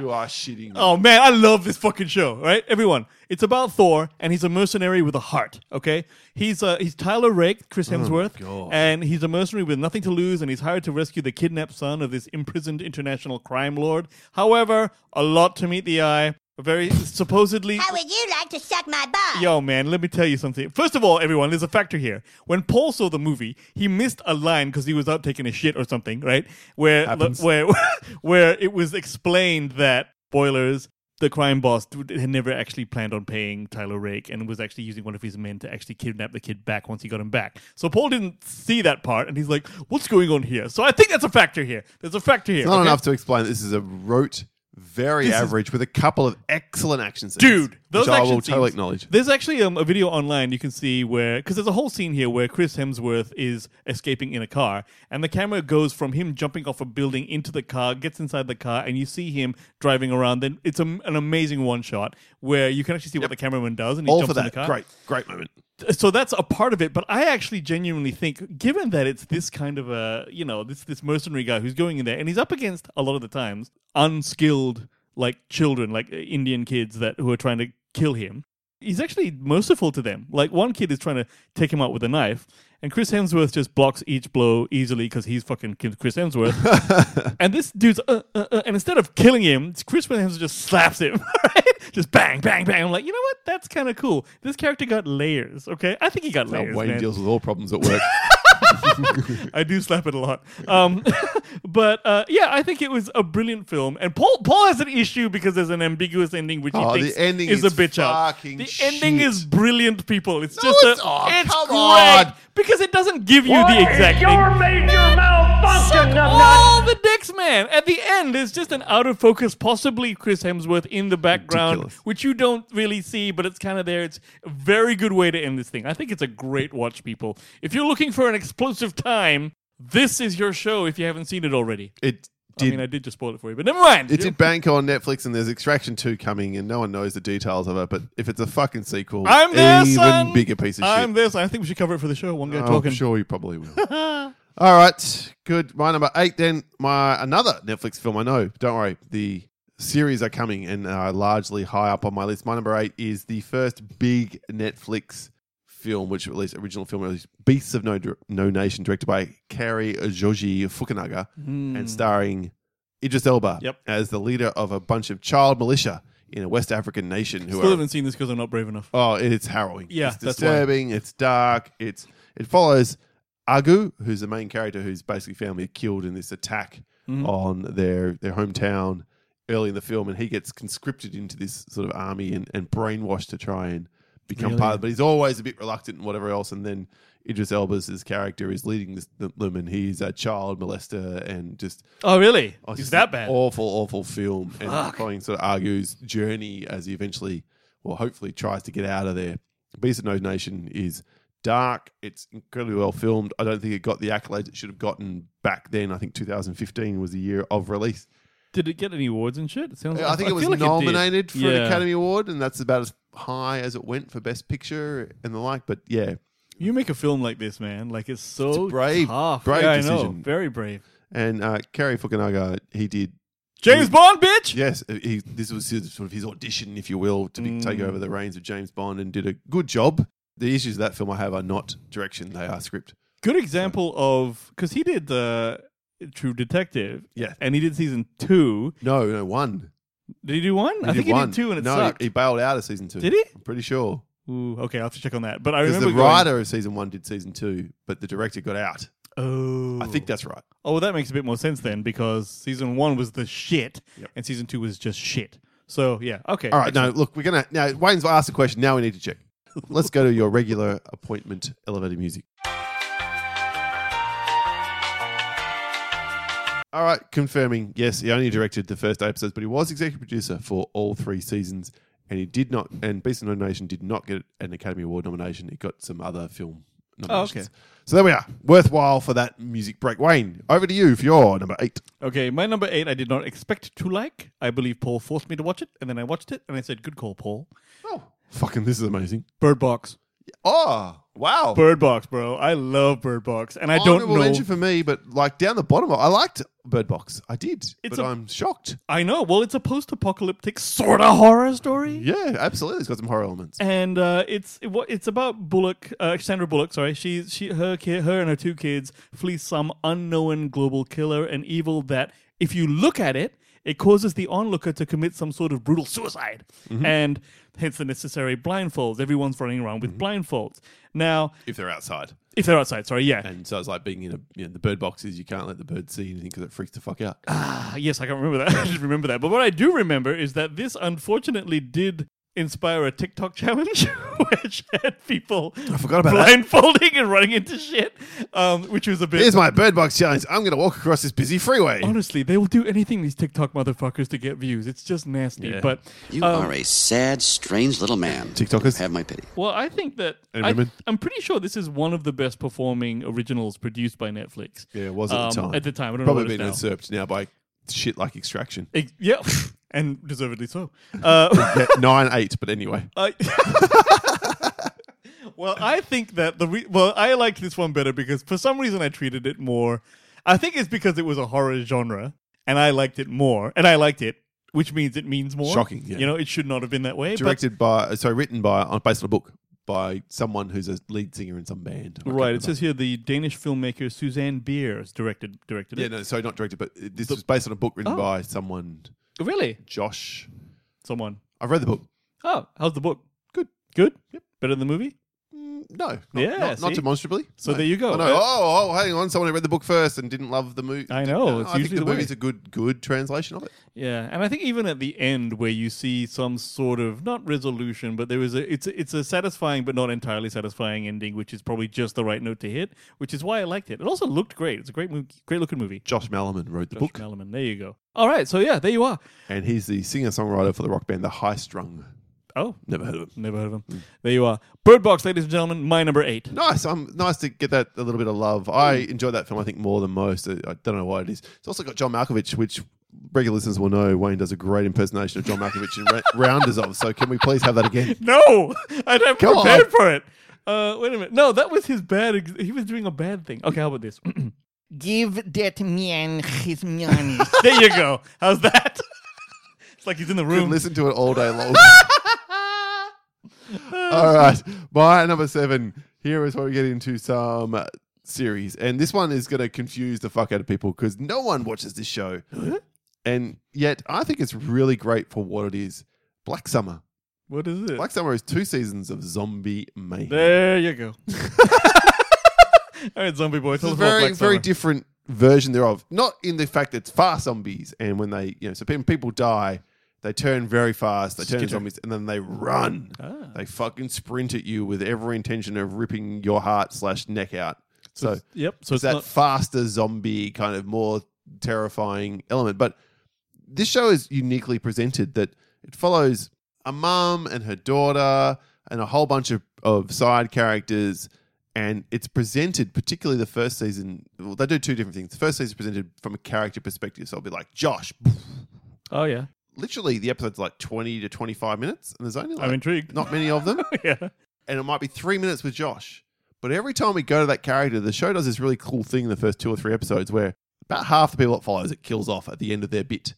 [SPEAKER 2] You are shitting.
[SPEAKER 3] Oh man, I love this fucking show, right? Everyone, it's about Thor, and he's a mercenary with a heart. Okay, he's uh, he's Tyler Rake, Chris Hemsworth,
[SPEAKER 2] God.
[SPEAKER 3] and he's a mercenary with nothing to lose, and he's hired to rescue the kidnapped son of this imprisoned international crime lord. However, a lot to meet the eye. A very supposedly
[SPEAKER 4] How would you like to suck my balls?
[SPEAKER 3] Yo, man, let me tell you something. First of all, everyone, there's a factor here. When Paul saw the movie, he missed a line because he was out taking a shit or something, right? Where,
[SPEAKER 2] Happens.
[SPEAKER 3] where, <laughs> where it was explained that boilers, the crime boss, d- had never actually planned on paying Tyler Rake and was actually using one of his men to actually kidnap the kid back once he got him back. So Paul didn't see that part, and he's like, "What's going on here?" So I think that's a factor here. There's a factor here.
[SPEAKER 2] Not
[SPEAKER 3] okay?
[SPEAKER 2] enough to explain. This is a rote, very
[SPEAKER 3] This is-
[SPEAKER 2] average, with a couple of excellent action scenes,
[SPEAKER 3] Dude, those
[SPEAKER 2] which I
[SPEAKER 3] action
[SPEAKER 2] will totally
[SPEAKER 3] scenes-
[SPEAKER 2] acknowledge.
[SPEAKER 3] There's actually um, a video online you can see where, because there's a whole scene here where Chris Hemsworth is escaping in a car, and the camera goes from him jumping off a building into the car, gets inside the car, and you see him driving around. Then it's a, an amazing one shot where you can actually see what the cameraman does, and he
[SPEAKER 2] All
[SPEAKER 3] jumps
[SPEAKER 2] for
[SPEAKER 3] in
[SPEAKER 2] that.
[SPEAKER 3] the car.
[SPEAKER 2] Great, great moment.
[SPEAKER 3] So that's a part of it. But I actually genuinely think, given that it's this kind of a, you know, this this mercenary guy who's going in there, and he's up against a lot of the times unskilled like children, like uh, Indian kids that who are trying to kill him he's actually merciful to them. Like one kid is trying to take him out with a knife, and Chris Hemsworth just blocks each blow easily because he's fucking Kim- Chris Hemsworth. and this dude's uh, uh, uh, and instead of killing him, Chris Hemsworth just slaps him, <laughs> right? Just bang, bang, bang. I'm like, you know what? That's kind of cool. This character got layers. Okay, I think he got
[SPEAKER 2] How
[SPEAKER 3] layers.
[SPEAKER 2] Wayne
[SPEAKER 3] man.
[SPEAKER 2] deals with all problems
[SPEAKER 3] <laughs>
[SPEAKER 2] at work.
[SPEAKER 3] I do slap it a lot. Um, <laughs> but uh, yeah, I think it was a brilliant film. And Paul Paul has an issue because there's an ambiguous ending, which
[SPEAKER 2] Oh,
[SPEAKER 3] he
[SPEAKER 2] the
[SPEAKER 3] thinks
[SPEAKER 2] ending
[SPEAKER 3] is,
[SPEAKER 2] is
[SPEAKER 3] a bitch out.
[SPEAKER 2] fucking
[SPEAKER 3] The ending
[SPEAKER 2] shit.
[SPEAKER 3] is brilliant, people. It's
[SPEAKER 2] No,
[SPEAKER 3] just
[SPEAKER 2] it's-
[SPEAKER 3] a
[SPEAKER 2] oh,
[SPEAKER 3] it's
[SPEAKER 2] come
[SPEAKER 3] great
[SPEAKER 2] on.
[SPEAKER 3] because it doesn't give you
[SPEAKER 5] What
[SPEAKER 3] the
[SPEAKER 5] is
[SPEAKER 3] exact.
[SPEAKER 5] your
[SPEAKER 3] thing.
[SPEAKER 5] major malfunction? Suck
[SPEAKER 3] all the dicks, man. At the end, it's just an out of focus, possibly Chris Hemsworth in the background,
[SPEAKER 2] Ridiculous.
[SPEAKER 3] which you don't really see, but it's kind of there. It's a very good way to end this thing. I think it's a great watch, people. If you're looking for an explosive time, this is your show. If you haven't seen it already,
[SPEAKER 2] It
[SPEAKER 3] I
[SPEAKER 2] did.
[SPEAKER 3] mean, I did just spoil it for you, but never mind.
[SPEAKER 2] it
[SPEAKER 3] You-
[SPEAKER 2] did bank on Netflix, and there's Extraction Two coming, and no one knows the details of it. But if it's a fucking sequel,
[SPEAKER 3] I'm there,
[SPEAKER 2] even
[SPEAKER 3] son.
[SPEAKER 2] bigger piece of
[SPEAKER 3] I'm
[SPEAKER 2] shit.
[SPEAKER 3] this. I think we should cover it for the show. One guy
[SPEAKER 2] Oh,
[SPEAKER 3] talking. Ah.
[SPEAKER 2] I'm sure you probably will. <laughs> All right, good. My number eight, then my another Netflix film. I know. Don't worry, the series are coming and are largely high up on my list. My number eight is the first big Netflix film, which at least original film was Beasts of No No Nation, directed by Kari Joji Fukunaga and starring Idris Elba
[SPEAKER 3] Hmm. Yep.
[SPEAKER 2] as the leader of a bunch of child militia in a West African nation who
[SPEAKER 3] Still
[SPEAKER 2] are
[SPEAKER 3] haven't seen this because I'm not brave enough.
[SPEAKER 2] Oh, it- it's harrowing.
[SPEAKER 3] Yeah,
[SPEAKER 2] it's
[SPEAKER 3] that's why.
[SPEAKER 2] disturbing. It's dark. It's it follows Agu, who's the main character, who's basically family killed in this attack
[SPEAKER 3] Mm-hmm.
[SPEAKER 2] on their their hometown early in the film, and he gets conscripted into this sort of army and, and brainwashed to try and become part of it. But he's always a bit reluctant and whatever else. And then Idris Elba's his character is leading this, them, and he's a child molester and just
[SPEAKER 3] Oh, really?
[SPEAKER 2] Oh, it's
[SPEAKER 3] is
[SPEAKER 2] just
[SPEAKER 3] that
[SPEAKER 2] an
[SPEAKER 3] bad?
[SPEAKER 2] Awful, awful film. And following sort of argues journey as he eventually, well, hopefully tries to get out of there. Beast of No Nation is dark. It's incredibly well filmed. I don't think it got the accolades it should have gotten back then. I think 2015 was the year of release.
[SPEAKER 3] Did it get any awards and shit? It sounds.
[SPEAKER 2] I think it
[SPEAKER 3] feel
[SPEAKER 2] was
[SPEAKER 3] like did.
[SPEAKER 2] nominated for an
[SPEAKER 3] Yeah.
[SPEAKER 2] Academy Award, and that's about as high as it went for Best Picture and the like. But yeah,
[SPEAKER 3] You make a film like this, man. Like it's so
[SPEAKER 2] It's a brave-
[SPEAKER 3] tough.
[SPEAKER 2] brave
[SPEAKER 3] yeah, I know.
[SPEAKER 2] decision.
[SPEAKER 3] Very brave.
[SPEAKER 2] and uh, Kerry Fukunaga, he did
[SPEAKER 3] James Bond, bitch.
[SPEAKER 2] Yes, uh, he, this was his, sort of his audition, if you will, to be, take
[SPEAKER 3] Mm.
[SPEAKER 2] over the reins of James Bond and did a good job. The issues of that film I have are not direction, they are script.
[SPEAKER 3] Good example of because he did uh, True Detective.
[SPEAKER 2] Yeah.
[SPEAKER 3] and he did season two.
[SPEAKER 2] No, no, one.
[SPEAKER 3] Did he do one? I
[SPEAKER 2] did
[SPEAKER 3] think he
[SPEAKER 2] one.
[SPEAKER 3] did two, and it
[SPEAKER 2] no,
[SPEAKER 3] sucked.
[SPEAKER 2] he bailed out of season two.
[SPEAKER 3] Did he?
[SPEAKER 2] I'm pretty sure.
[SPEAKER 3] Ooh, okay, I'll have to check on that. But I
[SPEAKER 2] Because
[SPEAKER 3] remember
[SPEAKER 2] the writer of season one did season two, but the director got out.
[SPEAKER 3] Going, oh,
[SPEAKER 2] I think that's right.
[SPEAKER 3] Oh, well, that makes a bit more sense then because season one was the shit, and season two was just shit. So yeah, okay.
[SPEAKER 2] All right,
[SPEAKER 3] excellent.
[SPEAKER 2] no, look, we're going to. Now, Wayne's asked a question. Now we need to check. <laughs> Let's go to your regular appointment elevator music. All right, confirming. Yes, he only directed the first eight episodes, but he was executive producer for all three seasons, and he did not. And Beast of No Nation did not get an Academy Award nomination. It got some other film nominations.
[SPEAKER 3] okay.
[SPEAKER 2] So there we are. Worthwhile for that music break. Wayne, over to you for your number eight.
[SPEAKER 3] Okay, my number eight, I did not expect to like. I believe Paul forced me to watch it, and then I watched it, and I said, "Good call, Paul."
[SPEAKER 2] Oh, fucking! This is amazing.
[SPEAKER 3] Bird Box.
[SPEAKER 2] Oh, wow.
[SPEAKER 3] Bird Box, bro. I love Bird Box, and I don't
[SPEAKER 2] honorable
[SPEAKER 3] know.
[SPEAKER 2] mention for me, Oh, but like down the bottom, I liked Bird Box. I did,
[SPEAKER 3] It's
[SPEAKER 2] but
[SPEAKER 3] a-
[SPEAKER 2] i I'm shocked.
[SPEAKER 3] I know. Well, it's a post-apocalyptic sort of horror story.
[SPEAKER 2] Yeah, absolutely. It's got some horror elements.
[SPEAKER 3] and uh, it's it, wa- it's about Bullock, uh, Sandra Bullock. Sorry, she's she her ki her and her two kids flee some unknown global killer and evil that, if you look at it, it causes the onlooker to commit some sort of brutal suicide, and hence the necessary blindfolds. Everyone's running around with blindfolds now.
[SPEAKER 2] If they're outside,
[SPEAKER 3] If they're outside, sorry, yeah,
[SPEAKER 2] and so it's like being in a you know, the bird boxes. You can't let the bird see anything because it freaks the fuck out.
[SPEAKER 3] Ah, yes, I can't remember that. <laughs> I didn't remember that. But what I do remember is that this unfortunately did inspire a TikTok <laughs> challenge, which had people I
[SPEAKER 2] forgot about that.
[SPEAKER 3] blindfolding and running into shit, um, which was a bit.
[SPEAKER 2] Here's my bird box challenge. I'm going to walk across this busy freeway.
[SPEAKER 3] <laughs> Honestly, they will do anything these TikTok motherfuckers to get views. It's just nasty. But
[SPEAKER 6] You
[SPEAKER 3] um,
[SPEAKER 6] are a sad, strange little man.
[SPEAKER 2] TikTokers?
[SPEAKER 6] Have my pity.
[SPEAKER 3] well, I think that
[SPEAKER 2] And
[SPEAKER 3] I,
[SPEAKER 2] women.
[SPEAKER 3] I'm pretty sure this is one of the best performing originals produced by Netflix.
[SPEAKER 2] Yeah, it was at the
[SPEAKER 3] um,
[SPEAKER 2] time.
[SPEAKER 3] At the time, I don't
[SPEAKER 2] Probably
[SPEAKER 3] know. what
[SPEAKER 2] been
[SPEAKER 3] it's now.
[SPEAKER 2] usurped now by shit like Extraction.
[SPEAKER 3] Ex- yeah, <laughs> and deservedly so.
[SPEAKER 2] <laughs>
[SPEAKER 3] Uh,
[SPEAKER 2] Yeah, nine eight, but anyway.
[SPEAKER 3] I <laughs> well, I think that the re- well, I liked this one better because for some reason I treated it more. I think it's because it was a horror genre, and I liked it more, and I liked it, which means it means more.
[SPEAKER 2] Shocking, yeah.
[SPEAKER 3] You know, it should not have been that way. but-
[SPEAKER 2] Directed by, so written by, on based on a book by someone who's a lead singer in some band. I can't
[SPEAKER 3] right. It
[SPEAKER 2] remember.
[SPEAKER 3] says here the Danish filmmaker Suzanne Beers directed directed
[SPEAKER 2] Yeah,
[SPEAKER 3] it.
[SPEAKER 2] no, sorry, not directed, but uh, this was based on a book written
[SPEAKER 3] Oh.
[SPEAKER 2] by someone,
[SPEAKER 3] Really?
[SPEAKER 2] Josh.
[SPEAKER 3] Someone.
[SPEAKER 2] I've read the book.
[SPEAKER 3] Oh, how's the book?
[SPEAKER 2] Good.
[SPEAKER 3] Good. Yep. Better than the movie.
[SPEAKER 2] Mm, No, not,
[SPEAKER 3] Yeah,
[SPEAKER 2] not, not
[SPEAKER 3] see?
[SPEAKER 2] demonstrably.
[SPEAKER 3] So
[SPEAKER 2] No.
[SPEAKER 3] there you go.
[SPEAKER 2] I know.
[SPEAKER 3] Uh,
[SPEAKER 2] oh, oh, hang on. Someone who read the book first and didn't love the movie.
[SPEAKER 3] I know, it's
[SPEAKER 2] I think
[SPEAKER 3] usually
[SPEAKER 2] the
[SPEAKER 3] the way.
[SPEAKER 2] movie's a good, good translation of it.
[SPEAKER 3] Yeah, and I think even at the end where you see some sort of not resolution, but there is a it's a, it's a satisfying but not entirely satisfying ending, which is probably just the right note to hit, which is why I liked it. It also looked great. It's a great movie, great looking movie.
[SPEAKER 2] Josh Malerman wrote the
[SPEAKER 3] Josh
[SPEAKER 2] book,
[SPEAKER 3] Mellerman, there you go. All right, so yeah, there you are.
[SPEAKER 2] and he's the singer-songwriter for the rock band The High Strung.
[SPEAKER 3] Oh,
[SPEAKER 2] Never heard of him.
[SPEAKER 3] never heard of him. There you are. Bird Box, ladies and gentlemen, my number eight.
[SPEAKER 2] Nice. Um, nice to get that a little bit of love. I enjoy that film. I think more than most. I, I don't know why it is. It's also got John Malkovich, which regular listeners will know. Wayne does a great impersonation of John Malkovich in Ra- <laughs> Rounders of. So can we please have that again?
[SPEAKER 3] No, <laughs> I'd have
[SPEAKER 2] Come on.
[SPEAKER 3] prepared for it. Uh, wait a minute. No, that was his bad. Ex- he was doing a bad thing. Okay, how about this? <laughs>
[SPEAKER 5] Give that man his money.
[SPEAKER 3] there you go. How's that? <laughs> it's like he's in the
[SPEAKER 2] Could
[SPEAKER 3] room.
[SPEAKER 2] listen to it all day <laughs> long. all right. My number seven. Here is where we get into some uh, series. And this one is going to confuse the fuck out of people because no one watches this show. and yet, I think it's really great for what it is Black Summer.
[SPEAKER 3] What is it?
[SPEAKER 2] Black Summer is two seasons of zombie mayhem.
[SPEAKER 3] There you
[SPEAKER 2] <laughs>
[SPEAKER 3] go. <laughs> All right, zombie boy,
[SPEAKER 2] It's
[SPEAKER 3] tell
[SPEAKER 2] a
[SPEAKER 3] us about
[SPEAKER 2] very,
[SPEAKER 3] Black
[SPEAKER 2] very
[SPEAKER 3] Summer.
[SPEAKER 2] different version thereof. Not in the fact it's fast zombies, and when they, you know, so when people die, they turn very fast, they turn into zombies, and then they run.
[SPEAKER 3] Ah.
[SPEAKER 2] They fucking sprint at you with every intention of ripping your heart slash neck out. So
[SPEAKER 3] Yep. So
[SPEAKER 2] it's
[SPEAKER 3] it's
[SPEAKER 2] that
[SPEAKER 3] not.
[SPEAKER 2] faster zombie kind of more terrifying element. But this show is uniquely presented that it follows a mum and her daughter and a whole bunch of, of side characters. And it's presented, particularly the first season. Well, they do two different things. The first season is presented from a character perspective. So I'll be like, Josh. <laughs>
[SPEAKER 3] Oh yeah,
[SPEAKER 2] Literally, the episode's like 20 to 25 minutes, and there's only like
[SPEAKER 3] I'm intrigued.
[SPEAKER 2] not many of them
[SPEAKER 3] <laughs> yeah.
[SPEAKER 2] and it might be three minutes with Josh. But every time we go to that character, the show does this really cool thing in the first two or three episodes where about half the people it follows it kills off at the end of their bit.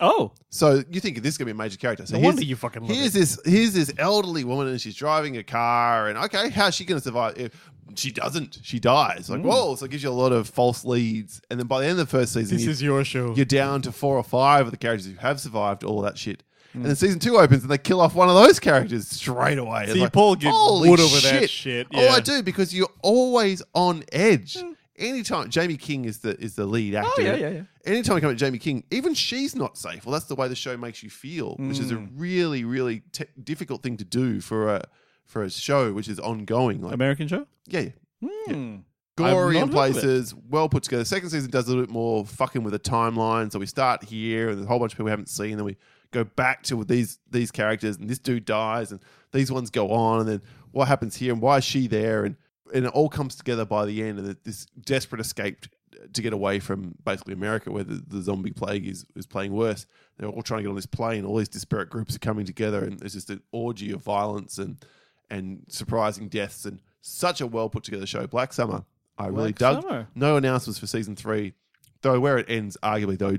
[SPEAKER 3] Oh,
[SPEAKER 2] So you think this is going to be a major character. So
[SPEAKER 3] no
[SPEAKER 2] here's,
[SPEAKER 3] wonder you fucking love
[SPEAKER 2] here's
[SPEAKER 3] it.
[SPEAKER 2] this here's this elderly woman and she's driving a car and okay, how's she going to survive? If she doesn't, she dies.
[SPEAKER 3] Mm.
[SPEAKER 2] Like whoa, so it gives you a lot of false leads. And then by the end of the first season,
[SPEAKER 3] This
[SPEAKER 2] you-
[SPEAKER 3] is your show.
[SPEAKER 2] you're down to four or five of the characters who have survived all that shit. And
[SPEAKER 3] Mm.
[SPEAKER 2] then season two opens and they kill off one of those characters straight away. It's
[SPEAKER 3] See,
[SPEAKER 2] like,
[SPEAKER 3] Paul gives
[SPEAKER 2] "Holy
[SPEAKER 3] wood over that shit,
[SPEAKER 2] Oh,
[SPEAKER 3] yeah.
[SPEAKER 2] I do because you're always on edge. Anytime Jamie King is the is the lead actor.
[SPEAKER 3] Mm. Oh, yeah, yeah, yeah.
[SPEAKER 2] Anytime you come at Jamie King, even she's not safe. Well, that's the way the show makes you feel, which is a
[SPEAKER 3] Mm.
[SPEAKER 2] really, really te- difficult thing to do for a for a show which is ongoing. Like,
[SPEAKER 3] American show.
[SPEAKER 2] yeah, yeah
[SPEAKER 3] Hmm.
[SPEAKER 2] gory
[SPEAKER 3] I've
[SPEAKER 2] in
[SPEAKER 3] not heard of it.
[SPEAKER 2] places, well put together. Second season does a little bit more fucking with a timeline. So we start here, and there's a whole bunch of people we haven't seen. Then we go back to these these characters, and this dude dies, and these ones go on, and then what happens here, and why is she there, and and it all comes together by the end, and it- this desperate escape to get away from basically America, where the, the zombie plague is is playing worse. They're all trying to get on this plane. All these disparate groups are coming together, and it's just an orgy of violence and and surprising deaths and such a well put together show. Black Summer, I really
[SPEAKER 3] Black
[SPEAKER 2] dug.
[SPEAKER 3] Summer.
[SPEAKER 2] No announcements for season three, though where it ends, arguably though,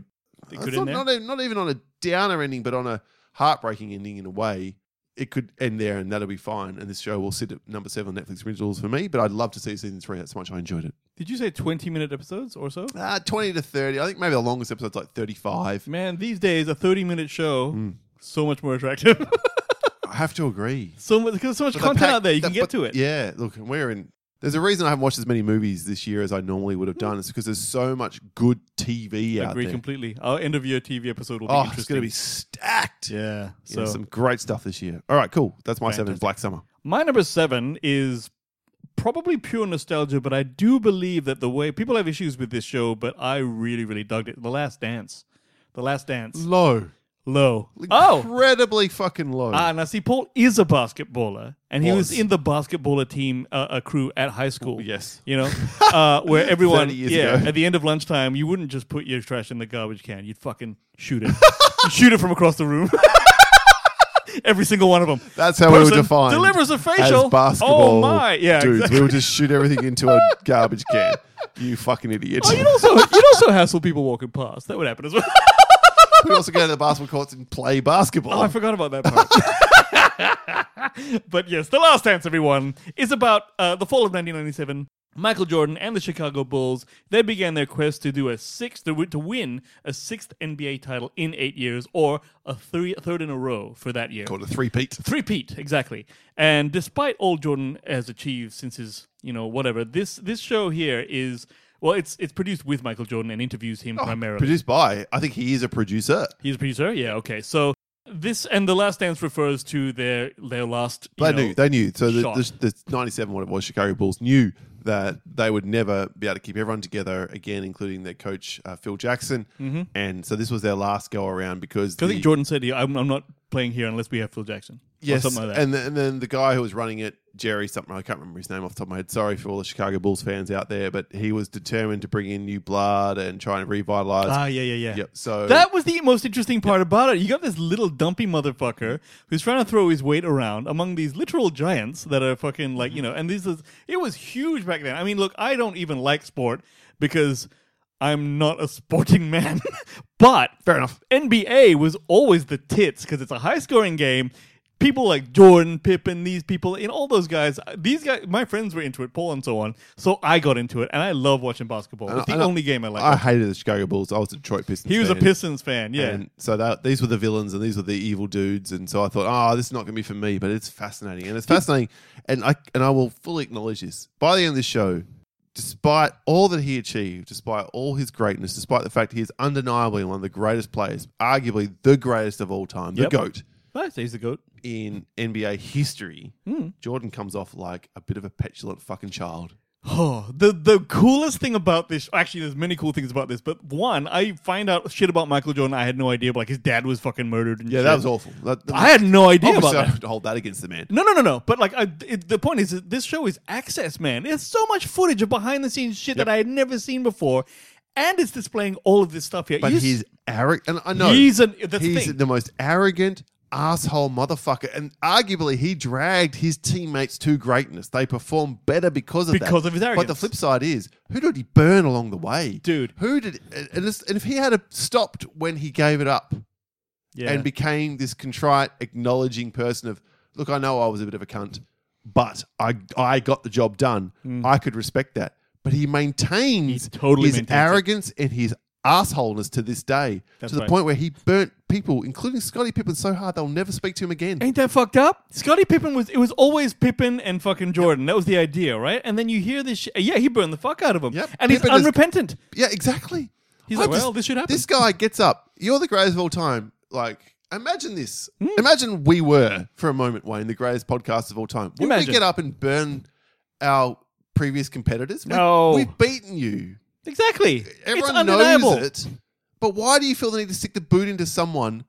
[SPEAKER 3] could
[SPEAKER 2] it's
[SPEAKER 3] end
[SPEAKER 2] not,
[SPEAKER 3] there.
[SPEAKER 2] not even, not even on a downer ending, but on a heartbreaking ending in a way. It could end there, and that'll be fine. And this show will sit at number seven on Netflix originals for me. But I'd love to see season three. That's how much I enjoyed it.
[SPEAKER 3] Did you say twenty-minute episodes or so?
[SPEAKER 2] Uh, twenty to thirty. I think maybe the longest episode's like thirty-five.
[SPEAKER 3] Man, these days a thirty-minute show
[SPEAKER 2] Hmm.
[SPEAKER 3] so much more attractive. <laughs>
[SPEAKER 2] I have to agree.
[SPEAKER 3] so much, because so much
[SPEAKER 2] But the
[SPEAKER 3] content
[SPEAKER 2] pack-
[SPEAKER 3] out there, you
[SPEAKER 2] the-
[SPEAKER 3] can get
[SPEAKER 2] but-
[SPEAKER 3] to it.
[SPEAKER 2] Yeah, look, we're in. There's a reason I haven't watched as many movies this year as I normally would have
[SPEAKER 3] Hmm.
[SPEAKER 2] done. It's because there's so much good TV out
[SPEAKER 3] Agree
[SPEAKER 2] there.
[SPEAKER 3] completely. Our end of year TV episode will be
[SPEAKER 2] Oh,
[SPEAKER 3] interesting.
[SPEAKER 2] it's going to be stacked.
[SPEAKER 3] yeah.
[SPEAKER 2] Yeah,
[SPEAKER 3] So
[SPEAKER 2] some great stuff this year. All right, cool. That's my seven.
[SPEAKER 3] Fantastic.
[SPEAKER 2] Black Summer.
[SPEAKER 3] My number seven is probably pure nostalgia, but I do believe that the way people have issues with this show, but I really, really dug it. The Last Dance. The Last Dance.
[SPEAKER 2] Low.
[SPEAKER 3] Low. Oh!
[SPEAKER 2] Incredibly fucking low.
[SPEAKER 3] Ah, now see, Paul is a basketballer, and he was,
[SPEAKER 2] Was.
[SPEAKER 3] in the basketballer team uh, uh, crew at high school.
[SPEAKER 2] yes.
[SPEAKER 3] you know, uh,
[SPEAKER 2] <laughs>
[SPEAKER 3] where everyone,
[SPEAKER 2] 30 years
[SPEAKER 3] yeah,
[SPEAKER 2] ago.
[SPEAKER 3] at the end of lunchtime, you wouldn't just put your trash in the garbage can; you'd fucking shoot it, <laughs> You'd shoot it from across the room. <laughs> Every single one of them.
[SPEAKER 2] That's how we were
[SPEAKER 3] Person
[SPEAKER 2] defined.
[SPEAKER 3] delivers a
[SPEAKER 2] as
[SPEAKER 3] facial.
[SPEAKER 2] basketball
[SPEAKER 3] Oh my. Yeah,
[SPEAKER 2] dudes.
[SPEAKER 3] exactly.
[SPEAKER 2] We would just shoot everything
[SPEAKER 3] <laughs>
[SPEAKER 2] into a garbage can. You fucking idiot.
[SPEAKER 3] Oh, you'd also you'd also hassle people walking past. That would happen as well.
[SPEAKER 2] <laughs> we also go to the basketball courts and play
[SPEAKER 3] <laughs>
[SPEAKER 2] basketball.
[SPEAKER 3] Oh, I forgot about that <laughs> part. but yes, the last dance, everyone, is about uh, the fall of 1997. Michael Jordan and the Chicago Bulls, they began their quest to do a sixth to, wi- to win a sixth NBA title in eight years, or a three, third in a row for that year.
[SPEAKER 2] Called a three-peat.
[SPEAKER 3] Three Pete, exactly. And despite all Jordan has achieved since his, you know, whatever, this this show here is well, it's it's produced with Michael Jordan and interviews him primarily.
[SPEAKER 2] Produced by, I think he is a producer.
[SPEAKER 3] He's a producer, yeah, okay. So this and the last dance refers to their their last. you
[SPEAKER 2] They
[SPEAKER 3] know,
[SPEAKER 2] knew. They knew. So the,
[SPEAKER 3] shot.
[SPEAKER 2] the, the 97, what it was, Chicago Bulls knew that they would never be able to keep everyone together again, including their coach, uh, Phil Jackson.
[SPEAKER 3] Mm-hmm.
[SPEAKER 2] And so this was their last go around because.
[SPEAKER 3] 'Cause I
[SPEAKER 2] the-
[SPEAKER 3] think Jordan said, yeah, I'm, I'm not playing here unless we have Phil Jackson.
[SPEAKER 2] Yes.
[SPEAKER 3] Or something like that.
[SPEAKER 2] And, then, and then the guy who was running it, Jerry something, I can't remember his name off the top of my head. Sorry for all the Chicago Bulls fans out there, but he was determined to bring in new blood and try and revitalize.
[SPEAKER 3] ah, yeah, yeah, yeah.
[SPEAKER 2] Yep. So
[SPEAKER 3] That was the most interesting part about it. You got this little dumpy motherfucker who's trying to throw his weight around among these literal giants that are fucking like, you know, and this is it was huge back then. I mean, look, I don't even like sport because I'm not a sporting man. <laughs> but fair enough. NBA was always the tits because it's a high scoring game. People like Jordan, Pippen, these people, and all those guys, these guys, my friends were into it, Paul and so on. So I got into it, and I love watching basketball. It's the
[SPEAKER 2] And I-
[SPEAKER 3] only game I like.
[SPEAKER 2] I hated the Chicago Bulls. I was a Detroit Pistons.
[SPEAKER 3] he was a
[SPEAKER 2] fan.
[SPEAKER 3] Pistons fan, yeah.
[SPEAKER 2] And so that, these were the villains and these were the evil dudes. And so I thought, oh, this is not going to be for me, but it's fascinating. And it's fascinating. And I, and I will fully acknowledge this. By the end of this show, despite all that he achieved, despite all his greatness, despite the fact he is undeniably one of the greatest players, arguably the greatest of all time,
[SPEAKER 3] Yep.
[SPEAKER 2] the GOAT
[SPEAKER 3] I say he's the goat.
[SPEAKER 2] in NBA history,
[SPEAKER 3] Hmm.
[SPEAKER 2] Jordan comes off like a bit of a petulant fucking child.
[SPEAKER 3] Oh, the the coolest thing about this, actually, there's many cool things about this, but one, I find out shit about Michael Jordan. I had no idea, but like his dad was fucking murdered. And
[SPEAKER 2] Yeah,
[SPEAKER 3] shit.
[SPEAKER 2] that was awful. That,
[SPEAKER 3] I had no idea about
[SPEAKER 2] obviously, I
[SPEAKER 3] that.
[SPEAKER 2] have to hold that against the man.
[SPEAKER 3] No, no, no, no. But like, I, it, the point is, that this show is access, man. It's so much footage of behind the scenes shit that I had never seen before, and it's displaying all of this stuff here.
[SPEAKER 2] But
[SPEAKER 3] You s-
[SPEAKER 2] he's arrogant. And I know
[SPEAKER 3] He's an- that's the
[SPEAKER 2] he's
[SPEAKER 3] thing.
[SPEAKER 2] the most arrogant asshole motherfucker. And arguably, he dragged his teammates to greatness. They performed better because of that.
[SPEAKER 3] Because of his
[SPEAKER 2] But the
[SPEAKER 3] arrogance.
[SPEAKER 2] flip side is, who did he burn along the way,
[SPEAKER 3] Dude.
[SPEAKER 2] Who did? And, this, and if he had a, stopped when he gave it up
[SPEAKER 3] yeah.
[SPEAKER 2] and became this contrite, acknowledging person of, look, I know I was a bit of a cunt, but I I got the job done. I could respect that. But he maintains
[SPEAKER 3] Mm. He totally
[SPEAKER 2] his
[SPEAKER 3] maintains it.
[SPEAKER 2] arrogance and his assholeness to this day,
[SPEAKER 3] That's
[SPEAKER 2] to the
[SPEAKER 3] right.
[SPEAKER 2] point where he burnt people, including Scotty Pippen, so hard they'll never speak to him again.
[SPEAKER 3] Ain't that fucked up? Scottie Pippen was it was always Pippen and fucking Jordan. That was the idea, right? And then you hear this shit. Yeah, he burned the fuck out of him.
[SPEAKER 2] Yep.
[SPEAKER 3] And he's
[SPEAKER 2] Pippen is-
[SPEAKER 3] unrepentant.
[SPEAKER 2] yeah, exactly.
[SPEAKER 3] He's
[SPEAKER 2] I
[SPEAKER 3] like,
[SPEAKER 2] just-
[SPEAKER 3] well, this should happen.
[SPEAKER 2] This guy gets up. You're the greatest of all time. Like, imagine this. Imagine we were, for a moment, Wayne, the greatest podcast of all time. Would we
[SPEAKER 3] Imagine.
[SPEAKER 2] get up and burn our previous competitors? We-
[SPEAKER 3] No.
[SPEAKER 2] We've beaten you.
[SPEAKER 3] Exactly. it's
[SPEAKER 2] Everyone
[SPEAKER 3] undeniable.
[SPEAKER 2] knows it. But why do you feel the need to stick the boot into someone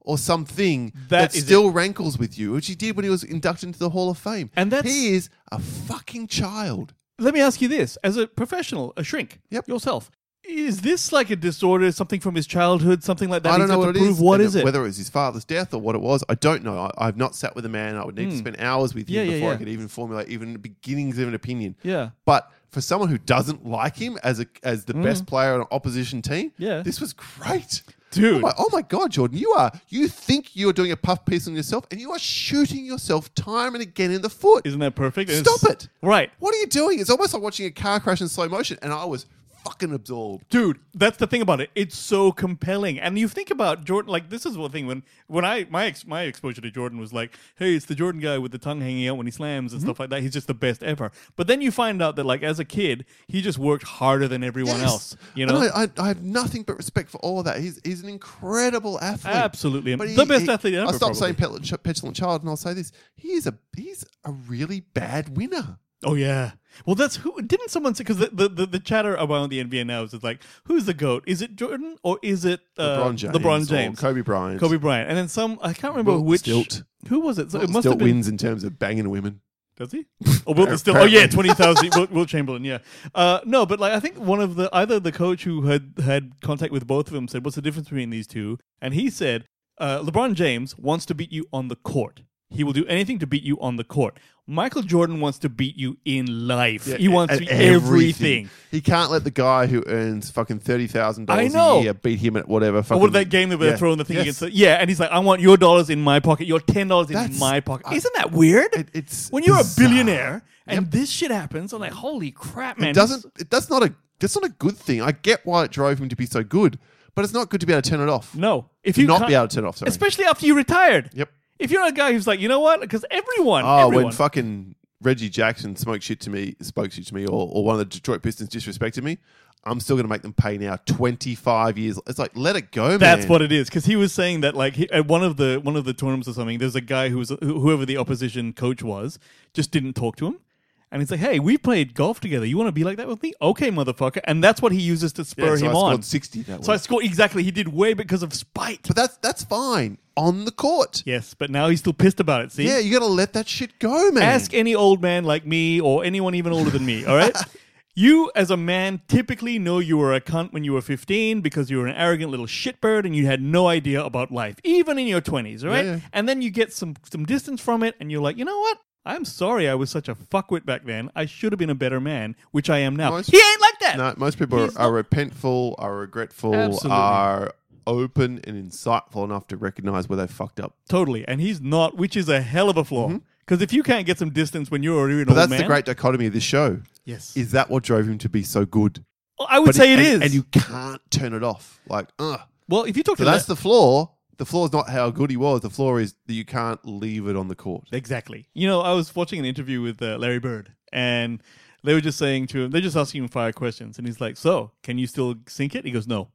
[SPEAKER 2] or something
[SPEAKER 3] That
[SPEAKER 2] that,
[SPEAKER 3] is
[SPEAKER 2] still rankles with you, which he did when he was inducted into the Hall of Fame?
[SPEAKER 3] And that's-
[SPEAKER 2] he is a fucking child.
[SPEAKER 3] Let me ask you this: as a professional, a shrink
[SPEAKER 2] Yep.
[SPEAKER 3] yourself, is this like a disorder, something from his childhood, something like that?
[SPEAKER 2] I
[SPEAKER 3] He's
[SPEAKER 2] don't know
[SPEAKER 3] got
[SPEAKER 2] what
[SPEAKER 3] to
[SPEAKER 2] it
[SPEAKER 3] prove
[SPEAKER 2] is.
[SPEAKER 3] What
[SPEAKER 2] and
[SPEAKER 3] is it?
[SPEAKER 2] Whether it was his father's death or what it was, I don't know. I, I've not sat with a man. I would need to spend hours with
[SPEAKER 3] Hmm. Yeah,
[SPEAKER 2] him
[SPEAKER 3] yeah,
[SPEAKER 2] before
[SPEAKER 3] yeah.
[SPEAKER 2] I could even formulate even the beginnings of an opinion.
[SPEAKER 3] Yeah.
[SPEAKER 2] But for someone who doesn't like him as a as the best player on an opposition team,
[SPEAKER 3] Hmm. Yeah.
[SPEAKER 2] this was great.
[SPEAKER 3] Dude.
[SPEAKER 2] Oh my, oh my God, Jordan, you are you think you're doing a puff piece on yourself and you are shooting yourself time and again in the foot.
[SPEAKER 3] Isn't that perfect? And
[SPEAKER 2] Stop
[SPEAKER 3] it's-
[SPEAKER 2] it.
[SPEAKER 3] Right.
[SPEAKER 2] What are you doing? It's almost like watching a car crash in slow motion, and I was fucking absorbed.
[SPEAKER 3] dude that's the thing about it it's so compelling and you think about jordan like this is one thing when when i my ex, my exposure to jordan was like hey it's the jordan guy with the tongue hanging out when he slams
[SPEAKER 2] Mm-hmm.
[SPEAKER 3] and stuff like that he's just the best ever but then you find out that like as a kid he just worked harder than everyone
[SPEAKER 2] Yes.
[SPEAKER 3] else you
[SPEAKER 2] And
[SPEAKER 3] know
[SPEAKER 2] I, I, I have nothing but respect for all of that. He's he's an incredible athlete,
[SPEAKER 3] Absolutely. The best athlete ever,
[SPEAKER 2] I stop
[SPEAKER 3] probably.
[SPEAKER 2] saying petulant, ch- petulant child, and I'll say this: he is a he's a really bad winner.
[SPEAKER 3] oh yeah well that's who didn't someone say because the, the, the, the chatter around the nba now is it's like who's the goat is it jordan or is it uh,
[SPEAKER 2] LeBron James,
[SPEAKER 3] lebron
[SPEAKER 2] or
[SPEAKER 3] james
[SPEAKER 2] Kobe Bryant,
[SPEAKER 3] Kobe Bryant, and then some. I can't remember
[SPEAKER 2] Wilt
[SPEAKER 3] which.
[SPEAKER 2] Stilt.
[SPEAKER 3] Who was it? So it
[SPEAKER 2] Bryant
[SPEAKER 3] must
[SPEAKER 2] still
[SPEAKER 3] have been
[SPEAKER 2] wins in terms of banging women.
[SPEAKER 3] Does he? Or Will still? Oh yeah, twenty thousand. Will, Will Chamberlain, yeah. Uh, no, but like I think one of the either the coach who had had contact with both of them said, "What's the difference between these two?" And he said, uh, "LeBron James wants to beat you on the court. He will do anything to beat you on the court. Michael Jordan wants to beat you in life. he wants
[SPEAKER 2] At
[SPEAKER 3] to everything.
[SPEAKER 2] He can't let the guy who earns fucking thirty thousand
[SPEAKER 3] I
[SPEAKER 2] dollars
[SPEAKER 3] know.
[SPEAKER 2] a year beat him at whatever.
[SPEAKER 3] Or
[SPEAKER 2] Fucking,
[SPEAKER 3] what that game that they're
[SPEAKER 2] Yeah.
[SPEAKER 3] throwing the thing
[SPEAKER 2] Yes.
[SPEAKER 3] against? The, yeah, and he's like, "I want your dollars in my pocket. Your ten dollars in
[SPEAKER 2] That's-
[SPEAKER 3] my pocket."
[SPEAKER 2] I-
[SPEAKER 3] Isn't that weird?
[SPEAKER 2] It- it's
[SPEAKER 3] when you're
[SPEAKER 2] bizarre.
[SPEAKER 3] a billionaire and this shit happens. I'm like, holy crap, man!
[SPEAKER 2] It doesn't. It, that's not a. That's not a good thing. I get why it drove him to be so good, but it's not good to be able to turn it off.
[SPEAKER 3] No, if
[SPEAKER 2] to
[SPEAKER 3] you
[SPEAKER 2] not
[SPEAKER 3] can't-
[SPEAKER 2] be able to turn it off. Sorry.
[SPEAKER 3] especially after you retired.
[SPEAKER 2] Yep.
[SPEAKER 3] If you're a guy who's like, you know what? Because everyone,
[SPEAKER 2] Oh,
[SPEAKER 3] everyone,
[SPEAKER 2] when fucking Reggie Jackson smoked shit to me, spoke shit to me, or, or one of the Detroit Pistons disrespected me, I'm still going to make them pay now. 25 years. It's like, let it go, man.
[SPEAKER 3] That's what it is, because he was saying that like he, at one of the one of the tournaments or something. There's a guy who was who- whoever the opposition coach was, just didn't talk to him, and he's like, "Hey, we played golf together. You want to be like that with me? Okay, motherfucker." And that's what he uses to spur
[SPEAKER 2] Yeah, so
[SPEAKER 3] him
[SPEAKER 2] I
[SPEAKER 3] on.
[SPEAKER 2] scored 60 that
[SPEAKER 3] so I
[SPEAKER 2] week.
[SPEAKER 3] scored exactly. He did way because of spite.
[SPEAKER 2] But that's, that's fine on the court.
[SPEAKER 3] Yes, but now he's still pissed about it. See,
[SPEAKER 2] Yeah, you got to let that shit go, man.
[SPEAKER 3] Ask any old man like me or anyone even older than me, all right?
[SPEAKER 2] <laughs>
[SPEAKER 3] You, as a man, typically know you were a cunt when you were 15 because you were an arrogant little shitbird and you had no idea about life, even in your 20s, all right?
[SPEAKER 2] yeah.
[SPEAKER 3] And then you get some, some distance from it and you're like, you know what? I'm sorry I was such a fuckwit back then. I should have been a better man, which I am now.
[SPEAKER 2] Most-
[SPEAKER 3] he ain't like that.
[SPEAKER 2] No, most people are,
[SPEAKER 3] He's
[SPEAKER 2] are repentful, are regretful,
[SPEAKER 3] Absolutely.
[SPEAKER 2] are open and insightful enough to recognize where they fucked up.
[SPEAKER 3] Totally. And he's not, which is a hell of a flaw. Because if you can't get some distance when you're already an
[SPEAKER 2] Mm-hmm. But
[SPEAKER 3] old man,
[SPEAKER 2] that's the great dichotomy of this show.
[SPEAKER 3] yes,
[SPEAKER 2] Is that what drove him to be so good?
[SPEAKER 3] I would
[SPEAKER 2] But
[SPEAKER 3] say it
[SPEAKER 2] and,
[SPEAKER 3] is.
[SPEAKER 2] And you can't turn it off. Like, ugh.
[SPEAKER 3] well, if you talk
[SPEAKER 2] So
[SPEAKER 3] to
[SPEAKER 2] that's
[SPEAKER 3] that-
[SPEAKER 2] the flaw. The flaw is not how good he was. The flaw is that you can't leave it on the court.
[SPEAKER 3] Exactly. You know, I was watching an interview with uh, Larry Bird, and they were just saying to him, they're just asking him fire questions, and he's like, "So, can you still sink it?" He goes, "No,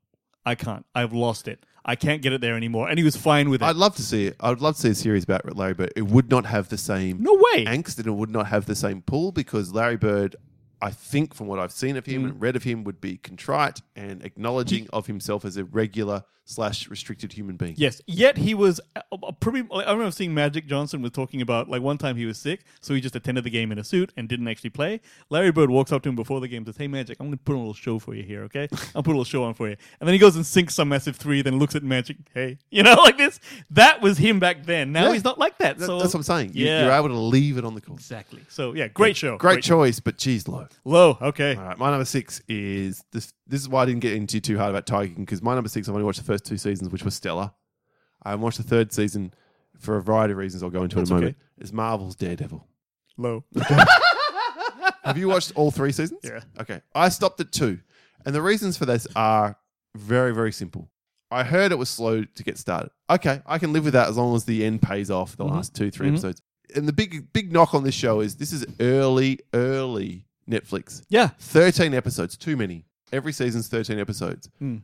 [SPEAKER 3] I can't. I've lost it. I can't get it there anymore." And he was fine with it.
[SPEAKER 2] I'd love to see it. I'd love to see a series about Larry Bird. It would not have the same
[SPEAKER 3] no way.
[SPEAKER 2] angst and it would not have the same pull because Larry Bird, I think, from what I've seen of
[SPEAKER 3] Hmm.
[SPEAKER 2] him and read of him, would be contrite and acknowledging of himself as a regular slash restricted human being.
[SPEAKER 3] Yes. Yet he was uh, uh, pretty. I remember seeing Magic Johnson was talking about like one time he was sick, so he just attended the game in a suit and didn't actually play. Larry Bird walks up to him before the game and says, "Hey Magic, I'm going to put on a little show for you here, okay? I'll put a little show on for you." And then he goes and sinks some massive three, then looks at Magic, "Hey, <laughs> you know, like this." That was him back then. Now
[SPEAKER 2] Yeah.
[SPEAKER 3] he's not like that.
[SPEAKER 2] That-
[SPEAKER 3] so
[SPEAKER 2] that's what I'm saying. You,
[SPEAKER 3] Yeah.
[SPEAKER 2] You're able to leave it on the court.
[SPEAKER 3] exactly. So yeah, great show.
[SPEAKER 2] Great, choice, but geez, low.
[SPEAKER 3] Low. Okay.
[SPEAKER 2] All right, my number six is this. This is why I didn't get into too hard about Tiger King because my number six, I've only watched the first two seasons, which was stellar. I haven't watched the third season for a variety of reasons. I'll go into in a moment. Is Marvel's Daredevil? <laughs>
[SPEAKER 3] Low.
[SPEAKER 2] Have you watched all three seasons?
[SPEAKER 3] Yeah.
[SPEAKER 2] Okay. I stopped at two. And the reasons for this are very, very simple. I heard it was slow to get started. Okay. I can live with that as long as the end pays off
[SPEAKER 3] Mm-hmm.
[SPEAKER 2] the last two, three episodes. And the big, big knock on this show is this is early, early Netflix.
[SPEAKER 3] Yeah.
[SPEAKER 2] 13 episodes, too many. Every season's 13 episodes.
[SPEAKER 3] Hmm.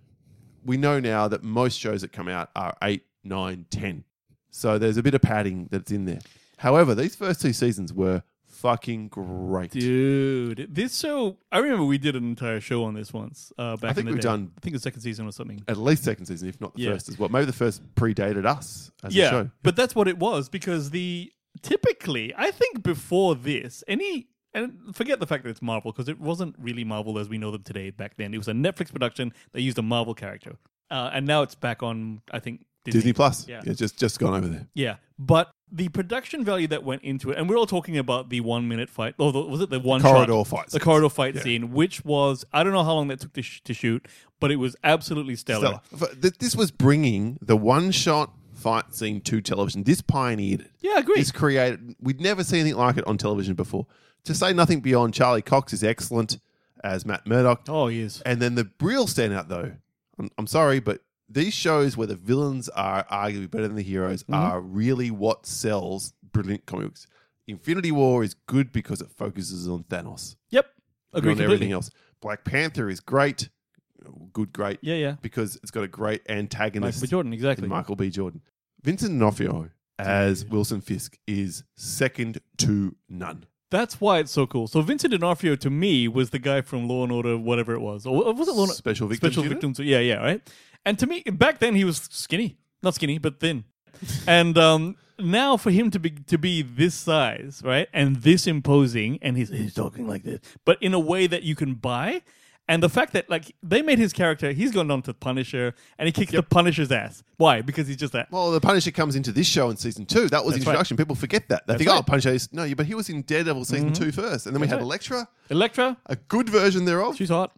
[SPEAKER 2] We know now that most shows that come out are 8, 9, 10. So there's a bit of padding that's in there. However, these first two seasons were fucking great.
[SPEAKER 3] Dude, this show. I remember we did an entire show on this once. Uh, back
[SPEAKER 2] I think
[SPEAKER 3] in the
[SPEAKER 2] we've
[SPEAKER 3] day.
[SPEAKER 2] done-
[SPEAKER 3] I think the second season or something.
[SPEAKER 2] At least second season, if not the
[SPEAKER 3] Yeah.
[SPEAKER 2] first as well. Maybe the first predated us as a show.
[SPEAKER 3] but that's what it was because the typically, I think before this, any and forget the fact that it's Marvel because it wasn't really Marvel as we know them today. Back then, it was a Netflix production. They used a Marvel character, uh, and now it's back on. I think Disney.
[SPEAKER 2] Disney Plus.
[SPEAKER 3] Yeah.
[SPEAKER 2] Yeah. It's just just gone over there.
[SPEAKER 3] Yeah, but the production value that went into it, and we're all talking about the one minute fight. Oh, the, was it the one
[SPEAKER 2] Corridor
[SPEAKER 3] shot?
[SPEAKER 2] fight
[SPEAKER 3] The
[SPEAKER 2] scenes.
[SPEAKER 3] corridor fight scene, which was I don't know how long that took to, sh- to shoot, but it was absolutely stellar.
[SPEAKER 2] Stella. F- th- This was bringing the one shot fight scene to television. This pioneered it.
[SPEAKER 3] Yeah, agreed.
[SPEAKER 2] This created. We'd never seen anything like it on television before. To say nothing beyond Charlie Cox is excellent as Matt Murdock.
[SPEAKER 3] Oh, he is.
[SPEAKER 2] And then the real standout, though, I'm, I'm sorry, but these shows where the villains are arguably better than the heroes
[SPEAKER 3] Mm-hmm.
[SPEAKER 2] are really what sells brilliant comics. Infinity War is good because it focuses on Thanos,
[SPEAKER 3] Yep, agree
[SPEAKER 2] on everything
[SPEAKER 3] completely.
[SPEAKER 2] else. Black Panther is great, good, great,
[SPEAKER 3] Yeah, yeah.
[SPEAKER 2] because it's got a great antagonist
[SPEAKER 3] Michael B. Jordan, exactly.
[SPEAKER 2] in Michael B. Jordan. Vincent D'Onofrio as Wilson Fisk is second to none.
[SPEAKER 3] That's why it's so cool. So Vincent D'Onofrio to me was the guy from Law and Order, whatever it was, or was it Law and
[SPEAKER 2] Special Victims
[SPEAKER 3] Special
[SPEAKER 2] Unit?
[SPEAKER 3] Victims? Yeah, yeah, right. And to me, back then he was skinny, not skinny, but
[SPEAKER 2] <laughs>
[SPEAKER 3] thin. and um, now for him to be to be this size, right, and this imposing, and he's he's talking like this, but in a way that you can buy. And the fact that like they made his character, he's gone on to Punisher, and he kicks the Punisher's ass. Why? Because he's just that.
[SPEAKER 2] Well, the Punisher comes into this show in season two. That was
[SPEAKER 3] That's
[SPEAKER 2] introduction. People forget that. They think,
[SPEAKER 3] right. Mm-hmm.
[SPEAKER 2] oh, Punisher is. No, but he was in Daredevil season two first. And then we had Elektra,
[SPEAKER 3] Elektra,
[SPEAKER 2] a good version thereof.
[SPEAKER 3] she's hot.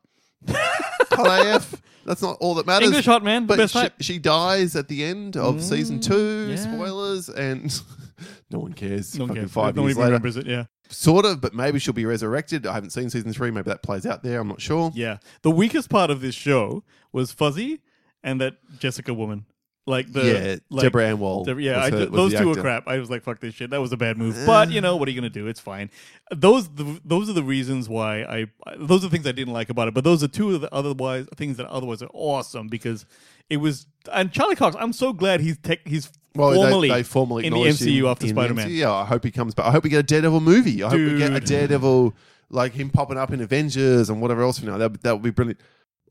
[SPEAKER 2] Hot AF. That's not all that matters.
[SPEAKER 3] English Hot Man, the
[SPEAKER 2] but
[SPEAKER 3] best
[SPEAKER 2] she,
[SPEAKER 3] type.
[SPEAKER 2] she dies at the end of season two.
[SPEAKER 3] yeah.
[SPEAKER 2] Spoilers, and <laughs> no one cares.
[SPEAKER 3] No one
[SPEAKER 2] Fucking
[SPEAKER 3] cares.
[SPEAKER 2] Five
[SPEAKER 3] No one
[SPEAKER 2] years
[SPEAKER 3] even
[SPEAKER 2] later,
[SPEAKER 3] remembers it. Yeah.
[SPEAKER 2] sort of. But maybe she'll be resurrected. I haven't seen season three. Maybe that plays out there. I'm not sure.
[SPEAKER 3] Yeah. The weakest part of this show was Fuzzy and that Jessica woman. Like the
[SPEAKER 2] Yeah,
[SPEAKER 3] like,
[SPEAKER 2] Deborah Ann Woll
[SPEAKER 3] Deb- yeah,
[SPEAKER 2] was
[SPEAKER 3] I
[SPEAKER 2] her-
[SPEAKER 3] ju-
[SPEAKER 2] was
[SPEAKER 3] those
[SPEAKER 2] the
[SPEAKER 3] two were
[SPEAKER 2] actor.
[SPEAKER 3] crap. I was like, "Fuck this shit." That was a bad move. But you know, what are you gonna do? It's fine. Those the, those are the reasons why I. Those are things I didn't like about it. But those are two of the otherwise things that otherwise are awesome because it was. And Charlie Cox, I'm so glad he's tech. He's
[SPEAKER 2] Well, they-
[SPEAKER 3] formally,
[SPEAKER 2] they, formally
[SPEAKER 3] in the
[SPEAKER 2] acknowledged
[SPEAKER 3] MCU
[SPEAKER 2] him
[SPEAKER 3] after
[SPEAKER 2] in the
[SPEAKER 3] Spider Man.
[SPEAKER 2] MCU. Yeah, I hope he comes back. I hope we get a Daredevil movie. I hope we get a
[SPEAKER 3] Dude.
[SPEAKER 2] Daredevil like him popping up in Avengers and whatever else. You know, that that would be brilliant.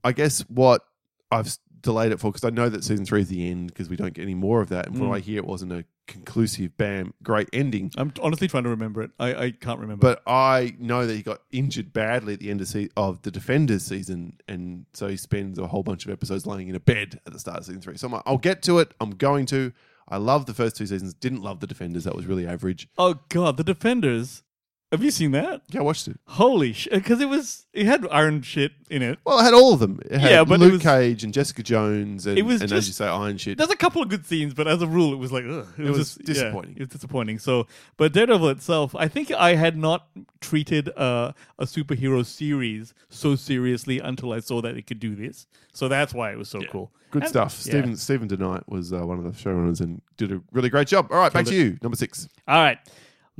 [SPEAKER 2] I guess what I've s- delayed it for because I know that season three is the end because we don't get any more of that. And
[SPEAKER 3] Mm.
[SPEAKER 2] from what I hear, it wasn't a conclusive, bam, great ending.
[SPEAKER 3] I'm honestly trying to remember it. I, I can't remember.
[SPEAKER 2] But I know that he got injured badly at the end of, se- of the Defenders season, and so he spends a whole bunch of episodes laying in a bed at the start of season three. So I'm like, I'll get to it. I'm going to. I love the first two seasons. Didn't love the Defenders. That was really average.
[SPEAKER 3] oh god, the Defenders. Have you seen that?
[SPEAKER 2] Yeah, I watched it.
[SPEAKER 3] Holy shit! Because it was it had iron shit in it.
[SPEAKER 2] Well, it had all of them. It had
[SPEAKER 3] Yeah, but it
[SPEAKER 2] Luke
[SPEAKER 3] was-
[SPEAKER 2] Cage and Jessica Jones, and,
[SPEAKER 3] It was
[SPEAKER 2] and as
[SPEAKER 3] just-
[SPEAKER 2] you say, Iron Shit.
[SPEAKER 3] There's a couple of good scenes, but as a rule, it was like ugh, it,
[SPEAKER 2] was
[SPEAKER 3] just-
[SPEAKER 2] disappointing.
[SPEAKER 3] Yeah, it's disappointing. So, but Daredevil itself, I think I had not treated uh, a superhero series so seriously until I saw that it could do this. So that's why it was so cool.
[SPEAKER 2] Good
[SPEAKER 3] And-
[SPEAKER 2] stuff.
[SPEAKER 3] yeah.
[SPEAKER 2] Stephen Stephen DeKnight was uh, one of the showrunners and did a really great job. All right, back to you, number six.
[SPEAKER 3] All right.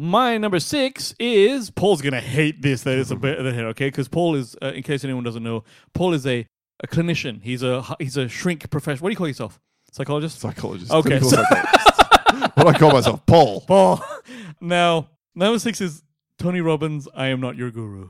[SPEAKER 3] My number six is Paul's gonna hate this. That is a bit that okay because Paul is, uh, in case anyone doesn't know, Paul is a, a clinician. He's a he's a shrink professional. What do you call yourself? Psychologist.
[SPEAKER 2] Psychologist.
[SPEAKER 3] Okay,
[SPEAKER 2] clinical
[SPEAKER 3] so-
[SPEAKER 2] psychologist. <laughs> what I call myself, Paul.
[SPEAKER 3] Paul. <laughs> Now, number six is Tony Robbins. I am not your guru.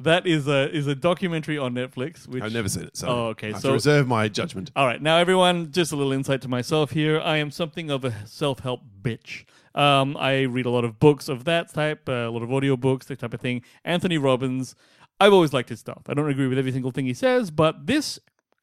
[SPEAKER 3] That is a is a documentary on Netflix. Which
[SPEAKER 2] I've never seen it, so
[SPEAKER 3] Oh, okay,
[SPEAKER 2] I have
[SPEAKER 3] so-
[SPEAKER 2] to reserve my judgment.
[SPEAKER 3] All right, now everyone, just a little insight to myself here. I am something of a self-help bitch. Um, I read a lot of books of that type, uh, a lot of audiobooks, that type of thing. Anthony Robbins, I've always liked his stuff. I don't agree with every single thing he says, but this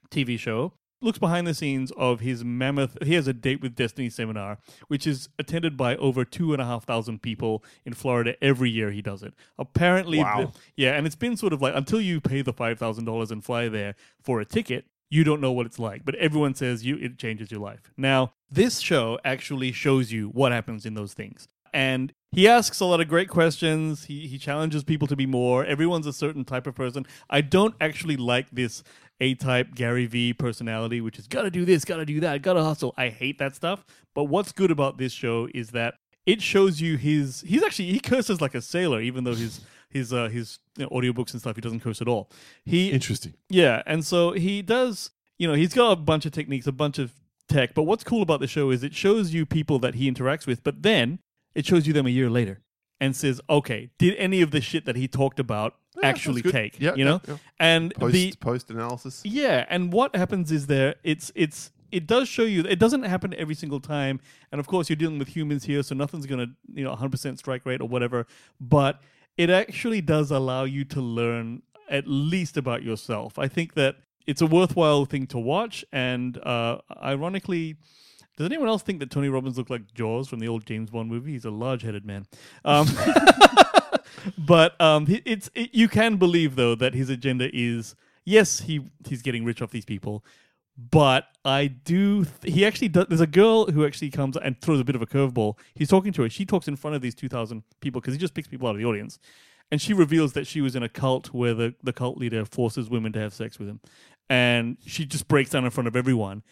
[SPEAKER 3] TV show looks behind the scenes of his mammoth. He has a date with Destiny seminar, which is attended by over two and a half thousand people in Florida every year. He does it. Apparently,
[SPEAKER 2] Wow.
[SPEAKER 3] the- yeah, and it's been sort of like until you pay the five thousand dollars and fly there for a ticket, you don't know what it's like. But everyone says you it changes your life. Now, this show actually shows you what happens in those things. And he asks a lot of great questions. He he challenges people to be more. Everyone's a certain type of person. I don't actually like this a type Gary V personality, which is gotta do this, gotta do that, gotta hustle. I hate that stuff. But what's good about this show is that it shows you his he's actually he curses like a sailor, even though his his uh his you know, audiobooks and stuff he doesn't curse at all. He
[SPEAKER 2] Interesting.
[SPEAKER 3] yeah, and so he does, you know, he's got a bunch of techniques, a bunch of tech, but what's cool about the show is it shows you people that he interacts with, but then it shows you them a year later and says, okay, did any of the shit that he talked about actually
[SPEAKER 2] good.
[SPEAKER 3] take?
[SPEAKER 2] Yeah,
[SPEAKER 3] you
[SPEAKER 2] yeah,
[SPEAKER 3] know?
[SPEAKER 2] yeah.
[SPEAKER 3] And
[SPEAKER 2] Post
[SPEAKER 3] the
[SPEAKER 2] post analysis.
[SPEAKER 3] yeah, and what happens is there it's it's it does show you it doesn't happen every single time, and of course you're dealing with humans here, so nothing's gonna you know 100% strike rate or whatever, but it actually does allow you to learn at least about yourself. I think that it's a worthwhile thing to watch, and uh, ironically. Does anyone else think that Tony Robbins looked like Jaws from the old James Bond movie? He's a large-headed man. Um, but um, he- it's it, you can believe though that his agenda is yes, he he's getting rich off these people, but I do th- he actually does. There's a girl who actually comes and throws a bit of a curveball. He's talking to her. She talks in front of these two thousand people because he just picks people out of the audience, and she reveals that she was in a cult where the the cult leader forces women to have sex with him, and she just breaks down in front of everyone.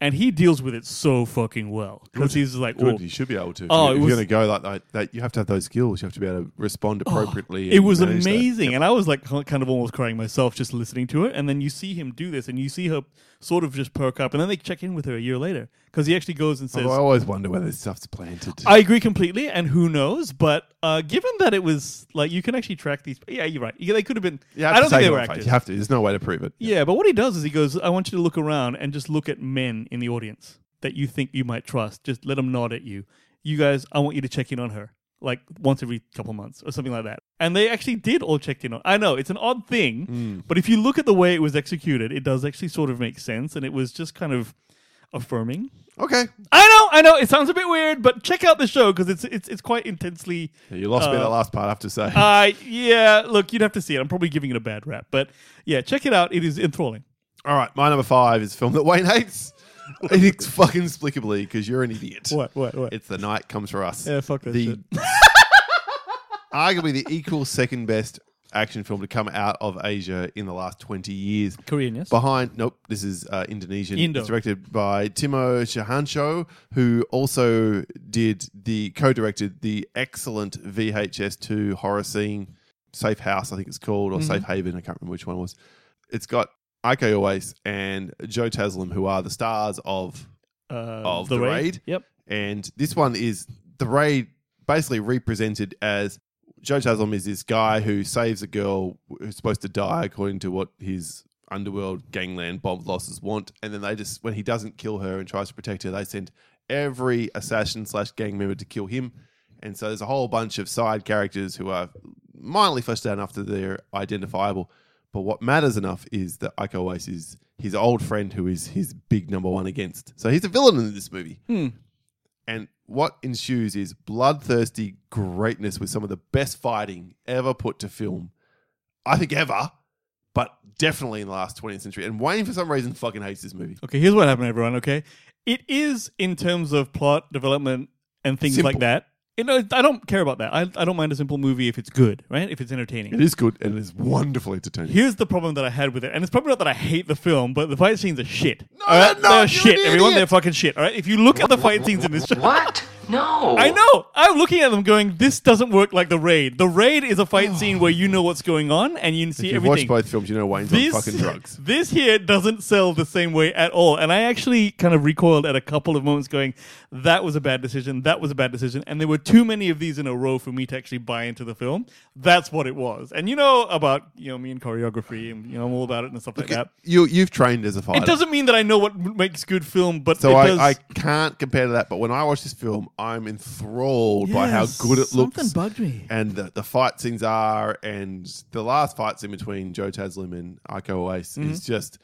[SPEAKER 3] And he deals with it so fucking well because he's like,
[SPEAKER 2] Good,
[SPEAKER 3] "Oh,
[SPEAKER 2] you should be able to. If
[SPEAKER 3] Oh,
[SPEAKER 2] you-
[SPEAKER 3] it
[SPEAKER 2] if
[SPEAKER 3] was- Oh,
[SPEAKER 2] you're going to go like that, that, you have to have those skills. You have to be able to respond appropriately.
[SPEAKER 3] It
[SPEAKER 2] and
[SPEAKER 3] was
[SPEAKER 2] manage that.
[SPEAKER 3] amazing, and I was like ki- kind of almost crying myself just listening to it. And then you see him do this, and you see her sort of just perk up, and then they check in with her a year later because he actually goes and says,
[SPEAKER 2] Although I always wonder whether this stuff's planted.
[SPEAKER 3] "I agree completely," and who knows? But uh, given that it was like you can actually track these, yeah, you're right. Yeah, they could have been.
[SPEAKER 2] You have
[SPEAKER 3] I
[SPEAKER 2] to
[SPEAKER 3] don't
[SPEAKER 2] take
[SPEAKER 3] think
[SPEAKER 2] it
[SPEAKER 3] they were
[SPEAKER 2] on faith.
[SPEAKER 3] actors.
[SPEAKER 2] You have to. There's no way to prove it.
[SPEAKER 3] Yeah, but what he does is he goes, I want you to look around and just look at men in the audience that you think you might trust. Just let them nod at you. You guys, I want you to check in on her like once every couple months or something like that. And they actually did all check in on. I know it's an odd thing, but if you look at the way it was executed, it does actually sort of make sense and it was just kind of affirming.
[SPEAKER 2] Okay.
[SPEAKER 3] I know, I know, it sounds a bit weird, but check out the show because it's it's it's quite intensely
[SPEAKER 2] You lost me
[SPEAKER 3] Uh,
[SPEAKER 2] that last part, I have to say.
[SPEAKER 3] uh, yeah, look, you'd have to see it. I'm probably giving it a bad rap, but yeah, check it out. It is enthralling.
[SPEAKER 2] All right, my number five is a film that Wayne hates. <laughs> it's fucking inexplicably because you're an idiot.
[SPEAKER 3] What? What? What?
[SPEAKER 2] It's the night comes for us.
[SPEAKER 3] Yeah, fuck that
[SPEAKER 2] <laughs> the arguably the equal second best action film to come out of Asia in the last twenty years.
[SPEAKER 3] Korean, yes.
[SPEAKER 2] Behind, nope, this is uh, Indonesian.
[SPEAKER 3] Indo.
[SPEAKER 2] It's directed by Timo Shahansho, who also did the co-directed the excellent VHS2 horror scene, Safe House, I think it's called,
[SPEAKER 3] Mm-hmm.
[SPEAKER 2] or Safe Haven. I can't remember which one it was. It's got Ike Uwais and Joe Taslim, who are the stars of
[SPEAKER 3] uh,
[SPEAKER 2] of The Raid.
[SPEAKER 3] Yep.
[SPEAKER 2] and this one is the raid basically represented as Joe Taslim is this guy who saves a girl who's supposed to die according to what his underworld gangland bomb losses want, and then they just when he doesn't kill her and tries to protect her, they send every assassin slash gang member to kill him. And so there's a whole bunch of side characters who are mildly fleshed out enough that they're identifiable. But what matters enough is that Ike Uwais is his old friend who is his big number one against. So he's a villain in this movie. And what ensues is bloodthirsty greatness with some of the best fighting ever put to film. I think ever, but definitely in the last 20th century. And Wayne, for some reason, fucking hates this movie.
[SPEAKER 3] Okay, here's what happened, everyone. Okay, it is in terms of plot development and things
[SPEAKER 2] Simple.
[SPEAKER 3] like that. You know, I don't care about that. I, I don't mind a simple movie if it's good, right? If it's
[SPEAKER 2] It
[SPEAKER 3] entertaining.
[SPEAKER 2] is good and it is wonderfully entertaining.
[SPEAKER 3] Here's the problem that I had with it, and it's probably not that I hate the film, but the fight scenes are shit. No,
[SPEAKER 2] no, you're
[SPEAKER 3] they're
[SPEAKER 2] an
[SPEAKER 3] shit, everyone.
[SPEAKER 2] idiot.
[SPEAKER 3] They're fucking shit. All right, if you look at the fight scenes
[SPEAKER 2] <laughs>
[SPEAKER 3] in this, <laughs>
[SPEAKER 7] What? No.
[SPEAKER 3] I know. I'm looking at them, going, "This doesn't work like the raid. The raid is a
[SPEAKER 2] <sighs>
[SPEAKER 3] fight scene where you know what's going on and you see
[SPEAKER 2] If you've
[SPEAKER 3] everything."
[SPEAKER 2] watched both films, you know Wayne's
[SPEAKER 3] this,
[SPEAKER 2] on fucking drugs.
[SPEAKER 3] <laughs> This here doesn't sell the same way at all. And I actually kind of recoiled at a couple of moments going, that was a bad decision, that was a bad decision. And there were too many of these in a row for me to actually buy into the film. That's what it was. And you know about, you know, me and choreography and, you know, I'm all about it and stuff like that.
[SPEAKER 2] You, you've trained as a fighter.
[SPEAKER 3] It doesn't mean that I know what makes good film, but
[SPEAKER 2] so
[SPEAKER 3] it
[SPEAKER 2] I,
[SPEAKER 3] does.
[SPEAKER 2] I can't compare to that, but when I watch this film, I'm enthralled by how
[SPEAKER 3] Yes,
[SPEAKER 2] good it looks.
[SPEAKER 3] something bugged me.
[SPEAKER 2] And the, the fight scenes are, and the last fight scene between Joe Taslim and Aiko Ace
[SPEAKER 3] Mm-hmm.
[SPEAKER 2] is just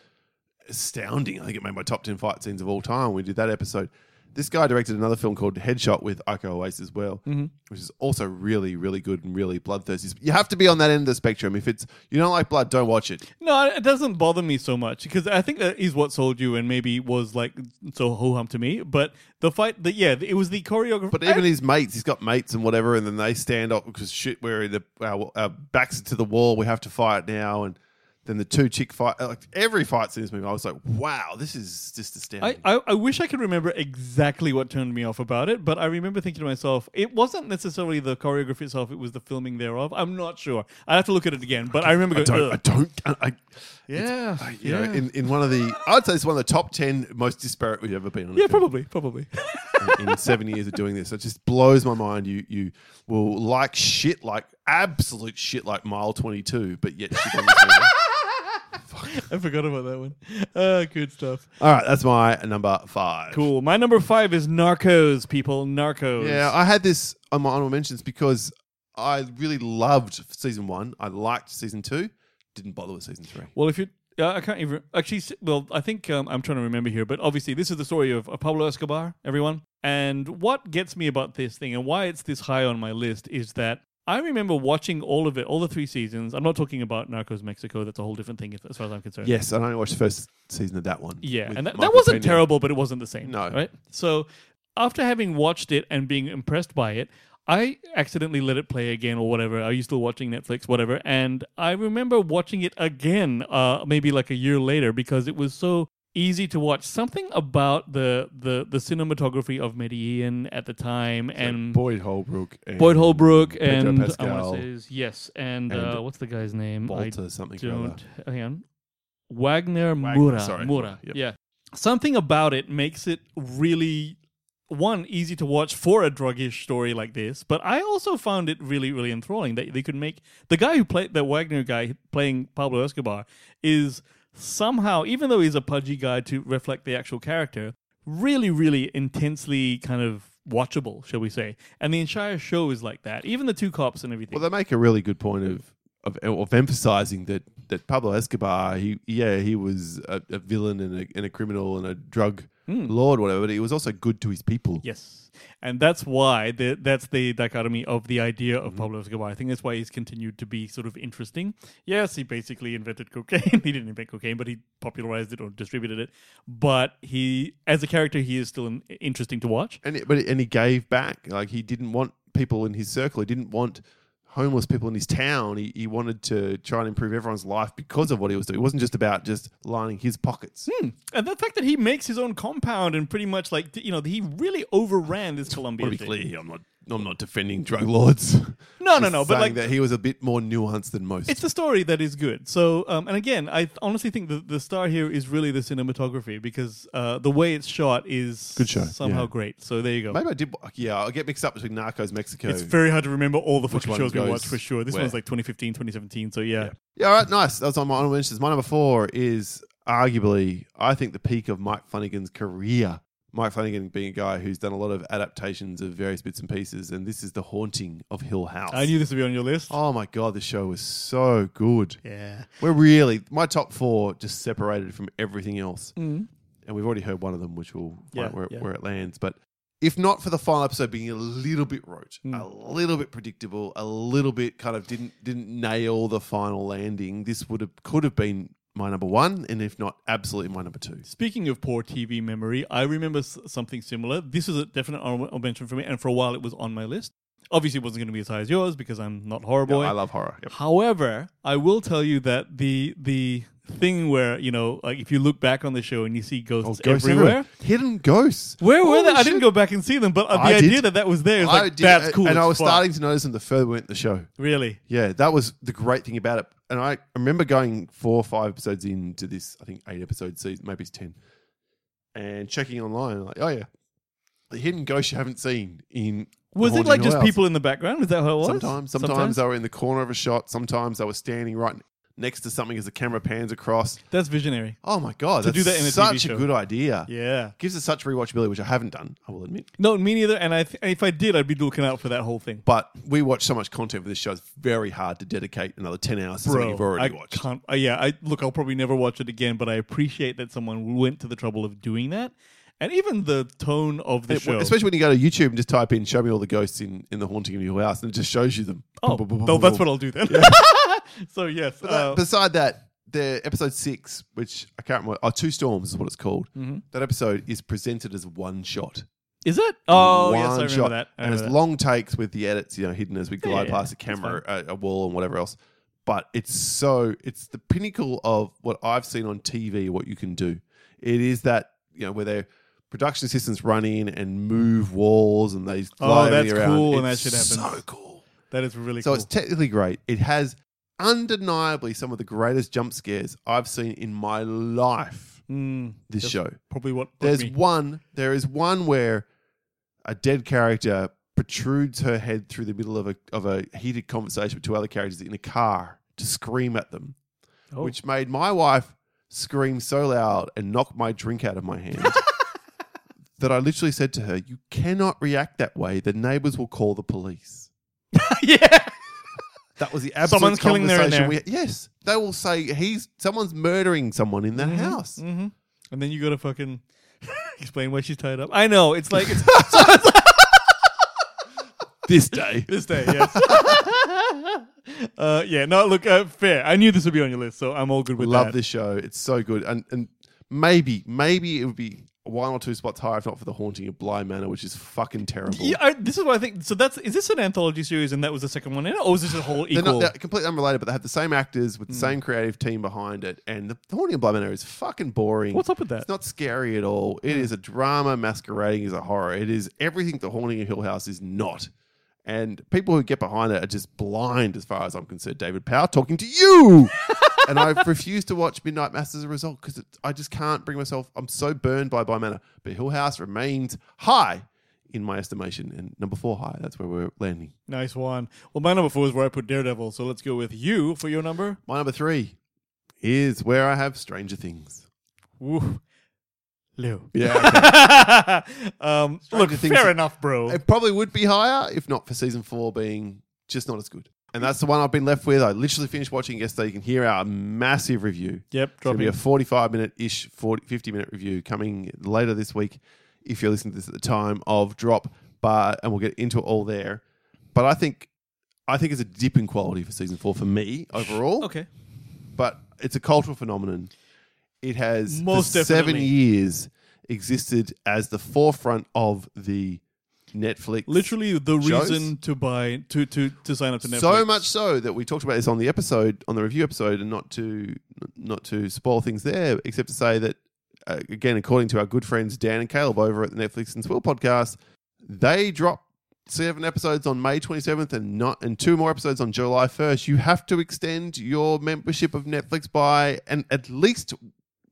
[SPEAKER 2] astounding. I think it made my top 10 fight scenes of all time. We did that episode. This guy directed another film called Headshot with Aiko Oasis as well,
[SPEAKER 3] Mm-hmm.
[SPEAKER 2] which is also really, really good and really bloodthirsty. You have to be on that end of the spectrum. If it's you don't like blood, don't watch it.
[SPEAKER 3] No, it doesn't bother me so much because I think that is what sold you and maybe was like so ho hum to me. But the fight, the, yeah, it was the choreography.
[SPEAKER 2] But even his mates, he's got mates and whatever, and then they stand up because shit, we're in the our, our backs are to the wall. We have to fight now, and then the two chick fight. Like every fight scene in this movie, I was like, wow, this is
[SPEAKER 3] I,
[SPEAKER 2] just astounding.
[SPEAKER 3] I, I wish I could remember exactly what turned me off about it, but I remember thinking to myself, it wasn't necessarily the choreography itself, it was the filming thereof. I'm not sure. I have to look at it again, but I remember going,
[SPEAKER 2] don't, I
[SPEAKER 3] "Ugh."
[SPEAKER 2] don't, I, I-
[SPEAKER 3] yeah,
[SPEAKER 2] I- you know, in, in one of the, I'd say it's one of the top ten most disparate we've ever been on. a
[SPEAKER 3] yeah,
[SPEAKER 2] film.
[SPEAKER 3] probably, probably. <laughs>
[SPEAKER 2] in in seven years of doing this. It just blows my mind. You you will like shit, like absolute shit, like mile twenty two, but yet shit on this
[SPEAKER 3] <laughs>
[SPEAKER 2] movie.
[SPEAKER 3] I forgot about that one. Uh, good stuff.
[SPEAKER 2] All right, that's my number five.
[SPEAKER 3] Cool. My number five is Narcos, people. Narcos.
[SPEAKER 2] Yeah, I had this on my honorable mentions because I really loved season one. I liked season two. Didn't bother with season three.
[SPEAKER 3] Well, if you, uh, I can't even actually. s- Well, I think um, I'm trying to remember here, but obviously this is the story of, of Pablo Escobar. Everyone, and what gets me about this thing and why it's this high on my list is that I remember watching all of it, all the three seasons. I'm not talking about Narcos Mexico. That's a whole different thing, as far as I'm concerned.
[SPEAKER 2] Yes, I only watched the first season of that one.
[SPEAKER 3] Yeah,
[SPEAKER 2] with
[SPEAKER 3] and that, that
[SPEAKER 2] Michael
[SPEAKER 3] wasn't
[SPEAKER 2] Pena.
[SPEAKER 3] terrible, but it wasn't the same.
[SPEAKER 2] No.
[SPEAKER 3] right? So after having watched it and being impressed by it, I accidentally let it play again or whatever. Are you still watching Netflix, whatever? And I remember watching it again, uh, maybe like a year later, because it was so easy to watch. Something about the the the cinematography of Medellin at the time and.
[SPEAKER 2] Boyd Holbrook. And
[SPEAKER 3] Boyd Holbrook
[SPEAKER 2] Pedro
[SPEAKER 3] and I
[SPEAKER 2] Pascal.
[SPEAKER 3] want to say is- yes, and,
[SPEAKER 2] and
[SPEAKER 3] uh, what's the guy's name? I
[SPEAKER 2] Bolter something or other.
[SPEAKER 3] don't hang on. Wagner
[SPEAKER 2] Wagner,
[SPEAKER 3] Mura.
[SPEAKER 2] sorry.
[SPEAKER 3] Mura.
[SPEAKER 2] Yep.
[SPEAKER 3] Yeah. Something about it makes it really one easy to watch for a druggish story like this, but I also found it really, really enthralling that they could make the guy who played that Wagner guy playing Pablo Escobar is somehow, even though he's a pudgy guy to reflect the actual character, really, really intensely kind of watchable, shall we say? And the entire show is like that. Even the two cops and everything.
[SPEAKER 2] Well, they make a really good point of of, of emphasizing that that Pablo Escobar, he yeah, he was a, a villain and a, and a criminal and a drug Lord, whatever. But he was also good to his people.
[SPEAKER 3] Yes, and that's why the, that's the dichotomy of the idea
[SPEAKER 2] Mm-hmm.
[SPEAKER 3] of Pablo Escobar. I think that's why he's continued to be sort of interesting. Yes, he basically invented cocaine. <laughs> he didn't invent cocaine, but he popularized it or distributed it. But he, as a character, he is still an, interesting to watch.
[SPEAKER 2] And it, but and he gave back. Like he didn't want people in his circle. He didn't want homeless people in his town. He, he wanted to try and improve everyone's life because of what he was doing. It wasn't just about just lining his pockets.
[SPEAKER 3] Hmm. And the fact that he makes his own compound and pretty much like you know he really overran this Colombia.
[SPEAKER 2] to be
[SPEAKER 3] thing.
[SPEAKER 2] clear, here, I'm not. I'm not defending drug lords.
[SPEAKER 3] No,
[SPEAKER 2] <laughs>
[SPEAKER 3] no,
[SPEAKER 2] Just
[SPEAKER 3] no, but
[SPEAKER 2] saying
[SPEAKER 3] like-
[SPEAKER 2] that he was a bit more nuanced than most.
[SPEAKER 3] It's the story that is good. So, um, and again, I th- honestly think the, the star here is really the cinematography because uh, the way it's shot is
[SPEAKER 2] Good show,
[SPEAKER 3] somehow
[SPEAKER 2] yeah.
[SPEAKER 3] great. So there you go.
[SPEAKER 2] Maybe I did. Yeah, I get mixed up between Narcos Mexico.
[SPEAKER 3] It's very hard to remember all the fucking
[SPEAKER 2] one
[SPEAKER 3] shows we
[SPEAKER 2] goes
[SPEAKER 3] watched for sure. This
[SPEAKER 2] where?
[SPEAKER 3] one's like 2015, 2017. So yeah.
[SPEAKER 2] Yeah, all right, nice. That was on my honorable mentions. My number four is arguably, I think, the peak of Mike Flanagan's career. Mike Flanagan being a guy who's done a lot of adaptations of various bits and pieces, and this is The Haunting of Hill House.
[SPEAKER 3] I knew this would be on your list.
[SPEAKER 2] oh my God, this show was so good.
[SPEAKER 3] Yeah.
[SPEAKER 2] We're really, my top four just separated from everything else. And we've already heard one of them, which we'll find
[SPEAKER 3] Mm. Yeah,
[SPEAKER 2] out where, it-
[SPEAKER 3] yeah.
[SPEAKER 2] where it lands. But if not for the final episode being a little bit rote,
[SPEAKER 3] Mm.
[SPEAKER 2] a little bit predictable, a little bit kind of didn't didn't nail the final landing, this would have could have been my number one, and if not, absolutely my number two.
[SPEAKER 3] Speaking of poor TV memory, I remember s- something similar. This is a definite honorable mention for me, and for a while it was on my list. Obviously, it wasn't going to be as high as yours because I'm not horror boy.
[SPEAKER 2] I love horror. Yep.
[SPEAKER 3] However, I will tell you that the the thing where you know, like if you look back on the show and you see ghosts,
[SPEAKER 2] Oh, ghosts
[SPEAKER 3] everywhere,
[SPEAKER 2] hidden ghosts.
[SPEAKER 3] where were
[SPEAKER 2] Holy
[SPEAKER 3] they? I
[SPEAKER 2] shit.
[SPEAKER 3] didn't go back and see them, but uh, the
[SPEAKER 2] I did.
[SPEAKER 3] idea that that was there is
[SPEAKER 2] I
[SPEAKER 3] like
[SPEAKER 2] did-
[SPEAKER 3] that's cool.
[SPEAKER 2] And I
[SPEAKER 3] as
[SPEAKER 2] was
[SPEAKER 3] fuck.
[SPEAKER 2] starting to notice them the further we went in the show.
[SPEAKER 3] really.
[SPEAKER 2] Yeah, that was the great thing about it. And I remember going four or five episodes into this, I think eight episodes, season, maybe it's 10, and checking online, like, oh yeah, the hidden ghosts you haven't seen in. The
[SPEAKER 3] Was it
[SPEAKER 2] Haunting
[SPEAKER 3] like
[SPEAKER 2] of
[SPEAKER 3] just
[SPEAKER 2] Hill House.
[SPEAKER 3] people in the background? Is that how it was?
[SPEAKER 2] Sometimes, sometimes, they were in the corner of a shot. Sometimes they were standing right next to something as the camera pans across.
[SPEAKER 3] that's visionary.
[SPEAKER 2] Oh my God,
[SPEAKER 3] To do
[SPEAKER 2] that's
[SPEAKER 3] that in a TV
[SPEAKER 2] such a
[SPEAKER 3] show.
[SPEAKER 2] good idea.
[SPEAKER 3] Yeah.
[SPEAKER 2] Gives it such rewatchability, which I haven't done, I will admit.
[SPEAKER 3] No, me neither. And I th- if I did, I'd be looking out for that whole thing.
[SPEAKER 2] But we watch so much content for this show, it's very hard to dedicate another 10 hours to something you've
[SPEAKER 3] I
[SPEAKER 2] already watched.
[SPEAKER 3] can't. Uh, yeah, I look. I'll probably never watch it again, but I appreciate that someone went to the trouble of doing that, and even the tone of the
[SPEAKER 2] It-
[SPEAKER 3] show.
[SPEAKER 2] Especially when you go to YouTube and just type in "Show me all the ghosts in, in the haunting of your house," and it just shows you them.
[SPEAKER 3] Oh,
[SPEAKER 2] Boom, boom, boom,
[SPEAKER 3] no,
[SPEAKER 2] boom,
[SPEAKER 3] that's
[SPEAKER 2] boom.
[SPEAKER 3] what I'll do then. <laughs> so yes,
[SPEAKER 2] But
[SPEAKER 3] uh,
[SPEAKER 2] that- beside that, the episode six, which I can't remember, oh, Two Storms is what it's called.
[SPEAKER 3] Mm-hmm.
[SPEAKER 2] That episode is presented as one shot.
[SPEAKER 3] is it? Oh
[SPEAKER 2] One
[SPEAKER 3] yes, I remember
[SPEAKER 2] shot.
[SPEAKER 3] that. I
[SPEAKER 2] and it's
[SPEAKER 3] remember that.
[SPEAKER 2] long takes with the edits, you know, hidden as we glide
[SPEAKER 3] yeah,
[SPEAKER 2] past a
[SPEAKER 3] that's
[SPEAKER 2] camera, a, a wall, and whatever else. But it's so it's the pinnacle of what I've seen on TV. What you can do, it is that you know where their production assistants run in and move walls and they fly
[SPEAKER 3] Oh, that's
[SPEAKER 2] everything around.
[SPEAKER 3] cool when
[SPEAKER 2] It's
[SPEAKER 3] that shit happens.
[SPEAKER 2] So cool.
[SPEAKER 3] That is really
[SPEAKER 2] So
[SPEAKER 3] cool.
[SPEAKER 2] it's technically great. It has undeniably some of the greatest jump scares I've seen in my life.
[SPEAKER 3] Mm,
[SPEAKER 2] This
[SPEAKER 3] That's
[SPEAKER 2] show.
[SPEAKER 3] probably what broke
[SPEAKER 2] There's
[SPEAKER 3] me.
[SPEAKER 2] one. There is one where a dead character protrudes her head through the middle of a of a heated conversation with two other characters in a car to scream at them,
[SPEAKER 3] Oh.
[SPEAKER 2] which made my wife scream so loud and knock my drink out of my
[SPEAKER 3] <laughs>
[SPEAKER 2] hand. That I literally said to her, You cannot react that way. The neighbors will call the police.
[SPEAKER 3] <laughs>
[SPEAKER 2] <laughs>
[SPEAKER 3] yeah.
[SPEAKER 2] That was the absolute
[SPEAKER 3] Someone's killing there
[SPEAKER 2] conversation
[SPEAKER 3] and
[SPEAKER 2] we Yes. They will say he's someone's murdering someone in that house.
[SPEAKER 3] hmm And then you gotta fucking <laughs> explain why she's tied up. I know. It's like it's
[SPEAKER 2] This day.
[SPEAKER 3] this day.
[SPEAKER 2] <laughs>
[SPEAKER 3] Yes. uh, yeah. No. Look. Uh, fair. I knew this would be on your list, so I'm all good with
[SPEAKER 2] Love
[SPEAKER 3] that.
[SPEAKER 2] this show. It's so good. And and maybe, maybe it would be one or two spots higher if not for the haunting of Bly Manor, which is fucking terrible.
[SPEAKER 3] Yeah, I, this is what I think. So that's is this an anthology series, and that was the second one in it, or is this a whole
[SPEAKER 2] They're,
[SPEAKER 3] equal? Hmm.
[SPEAKER 2] not, they're completely unrelated, but they have the same actors with the same creative team behind it. And the the Haunting of Bly Manor is fucking boring.
[SPEAKER 3] What's up with that? Hmm.
[SPEAKER 2] It's not scary at all. It is a drama masquerading as a horror. It is everything the Haunting of Hill House is not. And people who get behind it are just blind, as far as I'm concerned. David Power talking
[SPEAKER 3] <laughs>
[SPEAKER 2] to you. and I refuse to watch Midnight Mass as a result because I just can't bring myself. I'm so burned by By Manor. But Hill House remains high in my estimation and number four high. That's where we're landing.
[SPEAKER 3] Nice one. Well, my number four is where I put Daredevil, so let's go with you for your number.
[SPEAKER 2] My number three is where I have Stranger Things.
[SPEAKER 3] Woo. Lou.
[SPEAKER 2] <laughs> Yeah.
[SPEAKER 3] <laughs> um,
[SPEAKER 2] Stranger
[SPEAKER 3] look,
[SPEAKER 2] Things-
[SPEAKER 3] fair enough, bro.
[SPEAKER 2] It probably would be higher if not for season four being just not as good. And that's the one I've been left with. I literally finished watching it yesterday. You can hear our massive review.
[SPEAKER 3] Yep,
[SPEAKER 2] It's going to be
[SPEAKER 3] dropping.
[SPEAKER 2] a 45 minute ish, 40, 50 minute review coming later this week if you're listening to this at the time of drop. But And we'll get into it all there. But I think I think it's a dip in quality for season four for me overall.
[SPEAKER 3] Okay.
[SPEAKER 2] But it's a cultural phenomenon. It has for
[SPEAKER 3] Most
[SPEAKER 2] seven
[SPEAKER 3] definitely.
[SPEAKER 2] years existed as the forefront of the Netflix.
[SPEAKER 3] Literally the
[SPEAKER 2] Shows?
[SPEAKER 3] reason to buy to to to sign up to Netflix.
[SPEAKER 2] So much so that we talked about this on the episode, on the review episode, and not to not to spoil things there, except to say that uh, again, according to our good friends Dan and Caleb over at the Netflix and Swill podcast, they drop seven episodes on May twenty seventh, and not and two more episodes on July first. You have to extend your membership of Netflix by and at least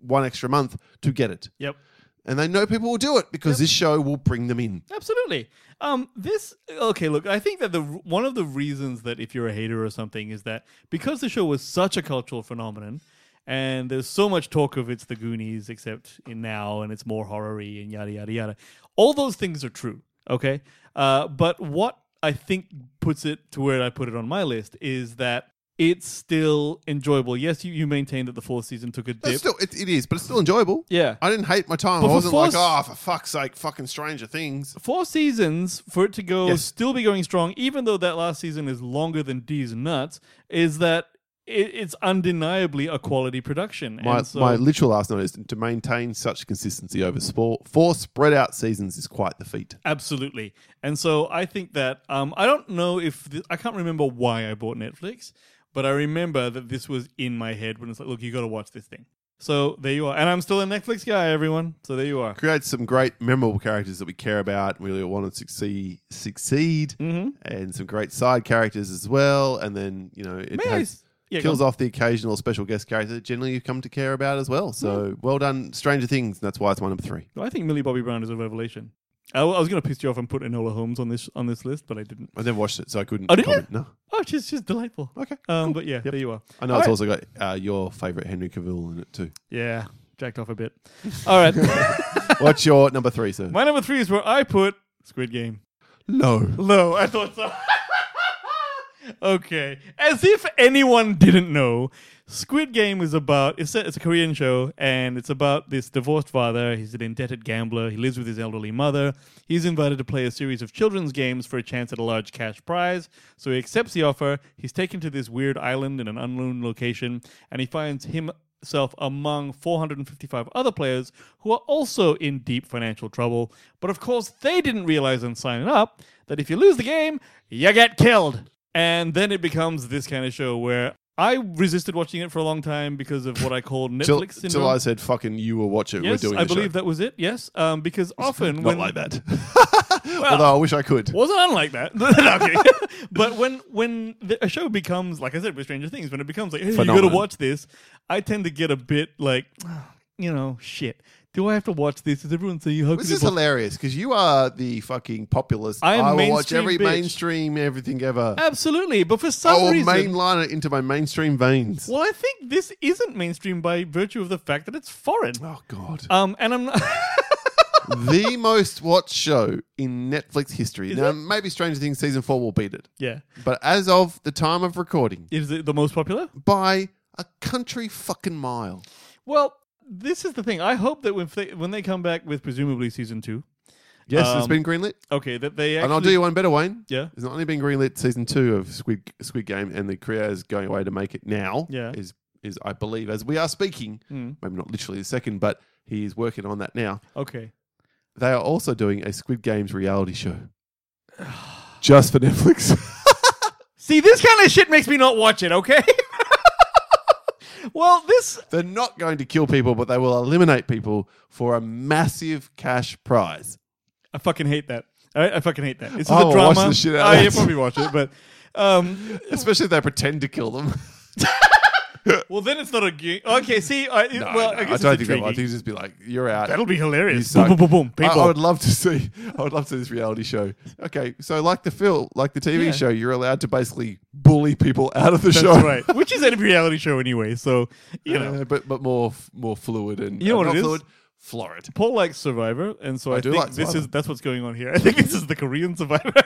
[SPEAKER 2] one extra month to get it.
[SPEAKER 3] Yep.
[SPEAKER 2] And they know people will do it because this show will bring them in.
[SPEAKER 3] Absolutely. Um, this okay. Look, I think that the one of the reasons that if you're a hater or something is that because the show was such a cultural phenomenon, and there's so much talk of it's the Goonies, except in now, and it's more horror-y and yada yada yada. All those things are true. Okay, uh, but what I think puts it to where I put it on my list is that it's still enjoyable. Yes, you, you maintain that the fourth season took a
[SPEAKER 2] But
[SPEAKER 3] dip.
[SPEAKER 2] still, it, it is, but it's still enjoyable.
[SPEAKER 3] yeah,
[SPEAKER 2] I didn't hate my time.
[SPEAKER 3] But
[SPEAKER 2] I
[SPEAKER 3] for
[SPEAKER 2] wasn't
[SPEAKER 3] four s-
[SPEAKER 2] like, oh, for fuck's sake, fucking Stranger Things.
[SPEAKER 3] four seasons for it to go
[SPEAKER 2] Yes.
[SPEAKER 3] still be going strong, even though that last season is longer than D's nuts, is that it, it's undeniably a quality production.
[SPEAKER 2] My,
[SPEAKER 3] and so,
[SPEAKER 2] my literal last note is to maintain such consistency over sport, four spread out seasons is quite the feat.
[SPEAKER 3] absolutely. And so I think that um, I don't know if th- I can't remember why I bought Netflix, but I remember that this was in my head when it's like, look, you got to watch this thing. So there you are, and I'm still a Netflix guy, everyone. So there you are.
[SPEAKER 2] Creates some great, memorable characters that we care about and really want to succeed, succeed and some great side characters as well. And then, you know, it
[SPEAKER 3] May I
[SPEAKER 2] has,
[SPEAKER 3] s- yeah, go
[SPEAKER 2] kills
[SPEAKER 3] on.
[SPEAKER 2] off the occasional special guest character that generally you've come to care about as well. So well done, Stranger Things. And that's why it's my number three.
[SPEAKER 3] I think Millie Bobby Brown is a revelation. I, I was going to piss you off and put Enola Holmes on this on this list, but I didn't.
[SPEAKER 2] I never watched it, so I couldn't
[SPEAKER 3] Oh, did you?
[SPEAKER 2] comment. No.
[SPEAKER 3] Oh, she's she's delightful.
[SPEAKER 2] Okay,
[SPEAKER 3] Um, but yeah, there you are.
[SPEAKER 2] I know
[SPEAKER 3] All
[SPEAKER 2] it's
[SPEAKER 3] right.
[SPEAKER 2] also got uh, your favorite Henry Cavill in it too.
[SPEAKER 3] yeah, jacked off a bit. All right,
[SPEAKER 2] What's your number three, sir?
[SPEAKER 3] my number three is where I put Squid Game.
[SPEAKER 2] No.
[SPEAKER 3] Low, I thought so. okay, as if anyone didn't know, Squid Game is about it's a, it's a Korean show and it's about this divorced father. He's an indebted gambler. He lives with his elderly mother. He's invited to play a series of children's games for a chance at a large cash prize. So he accepts the offer. He's taken to this weird island in an unknown location, and he finds him himself among 455 other players who are also in deep financial trouble. But of course, they didn't realize in signing up that if you lose the game, you get killed. And then it becomes this kind of show where I resisted watching it for a long time because of what I call
[SPEAKER 2] Till,
[SPEAKER 3] Netflix
[SPEAKER 2] till
[SPEAKER 3] syndrome.
[SPEAKER 2] I said fucking you will watch it.
[SPEAKER 3] Yes,
[SPEAKER 2] We're doing
[SPEAKER 3] I
[SPEAKER 2] the
[SPEAKER 3] believe
[SPEAKER 2] show.
[SPEAKER 3] that was it. Yes, um, because often
[SPEAKER 2] Not
[SPEAKER 3] when
[SPEAKER 2] like that.
[SPEAKER 3] <laughs>
[SPEAKER 2] Although I wish I could.
[SPEAKER 3] wasn't unlike that. <laughs> No, I'm
[SPEAKER 2] <laughs>
[SPEAKER 3] kidding. but when when the, a show becomes like I said with Stranger Things, when it becomes like hey, you got to
[SPEAKER 2] Phenomenon.
[SPEAKER 3] watch this, I tend to get a bit like, <sighs> you know, shit. Do I have to watch this? Is everyone saying how
[SPEAKER 2] This
[SPEAKER 3] could
[SPEAKER 2] is
[SPEAKER 3] they possibly-"
[SPEAKER 2] hilarious because you are the fucking populist.
[SPEAKER 3] I am
[SPEAKER 2] will watch
[SPEAKER 3] mainstream
[SPEAKER 2] every
[SPEAKER 3] bitch.
[SPEAKER 2] mainstream everything ever.
[SPEAKER 3] Absolutely, but for some
[SPEAKER 2] I will
[SPEAKER 3] reason,
[SPEAKER 2] mainline it into my mainstream veins.
[SPEAKER 3] well, I think this isn't mainstream by virtue of the fact that it's foreign.
[SPEAKER 2] Oh god,
[SPEAKER 3] Um, and I'm not. <laughs>
[SPEAKER 2] the most watched show in Netflix history. now
[SPEAKER 3] it?
[SPEAKER 2] maybe Stranger Things season four will beat it,
[SPEAKER 3] yeah,
[SPEAKER 2] but as of the time of recording,
[SPEAKER 3] is it the most popular?
[SPEAKER 2] by a country fucking mile.
[SPEAKER 3] Well, this is the thing. I hope that when they, when they come back with presumably season two,
[SPEAKER 2] Yes, it's
[SPEAKER 3] Um,
[SPEAKER 2] been greenlit.
[SPEAKER 3] okay, that they actually
[SPEAKER 2] and I'll do you one better, Wayne.
[SPEAKER 3] Yeah.
[SPEAKER 2] It's not only been greenlit season two of Squid Squid Game, and the creators going away to make it now.
[SPEAKER 3] Yeah. Hmm.
[SPEAKER 2] Is is I believe as we are speaking, maybe not literally the second, but he is working on that now.
[SPEAKER 3] okay.
[SPEAKER 2] They are also doing a Squid Games
[SPEAKER 3] <sighs>
[SPEAKER 2] reality show, just for Netflix. <laughs>
[SPEAKER 3] See, this kind of shit makes me not watch it, okay? <laughs> well, this
[SPEAKER 2] They're not going to kill people, but they will eliminate people for a massive cash prize.
[SPEAKER 3] I fucking hate that. All right, I fucking hate that. It's
[SPEAKER 2] I
[SPEAKER 3] the
[SPEAKER 2] will watch
[SPEAKER 3] drama.
[SPEAKER 2] the shit out of
[SPEAKER 3] I
[SPEAKER 2] that.
[SPEAKER 3] yeah, probably watch it, but um,
[SPEAKER 2] Especially if they pretend to kill them. <laughs>
[SPEAKER 3] well, then it's not a game. Okay, see, I,
[SPEAKER 2] No,
[SPEAKER 3] well,
[SPEAKER 2] no,
[SPEAKER 3] I guess it's
[SPEAKER 2] don't think they might.
[SPEAKER 3] intriguing.
[SPEAKER 2] He'd just be like, "You're out."
[SPEAKER 3] That'll be
[SPEAKER 2] You
[SPEAKER 3] hilarious.
[SPEAKER 2] suck.
[SPEAKER 3] Boom, boom, boom, boom.
[SPEAKER 2] I,
[SPEAKER 3] Paintball.
[SPEAKER 2] I would love to see. I would love to see this reality show. Okay, so like the film, like the TV
[SPEAKER 3] Yeah.
[SPEAKER 2] show, you're allowed to basically bully people out of the show,
[SPEAKER 3] That's
[SPEAKER 2] <laughs>
[SPEAKER 3] right. Which is a reality show anyway, so you know.
[SPEAKER 2] Uh, but but more f- more fluid and
[SPEAKER 3] You know
[SPEAKER 2] uh,
[SPEAKER 3] what
[SPEAKER 2] not
[SPEAKER 3] it is?
[SPEAKER 2] fluid, florid.
[SPEAKER 3] Paul likes Survivor, and so I,
[SPEAKER 2] do
[SPEAKER 3] think
[SPEAKER 2] like
[SPEAKER 3] this <laughs>
[SPEAKER 2] Survivor.
[SPEAKER 3] is that's what's going on here. I think this is the Korean Survivor. <laughs>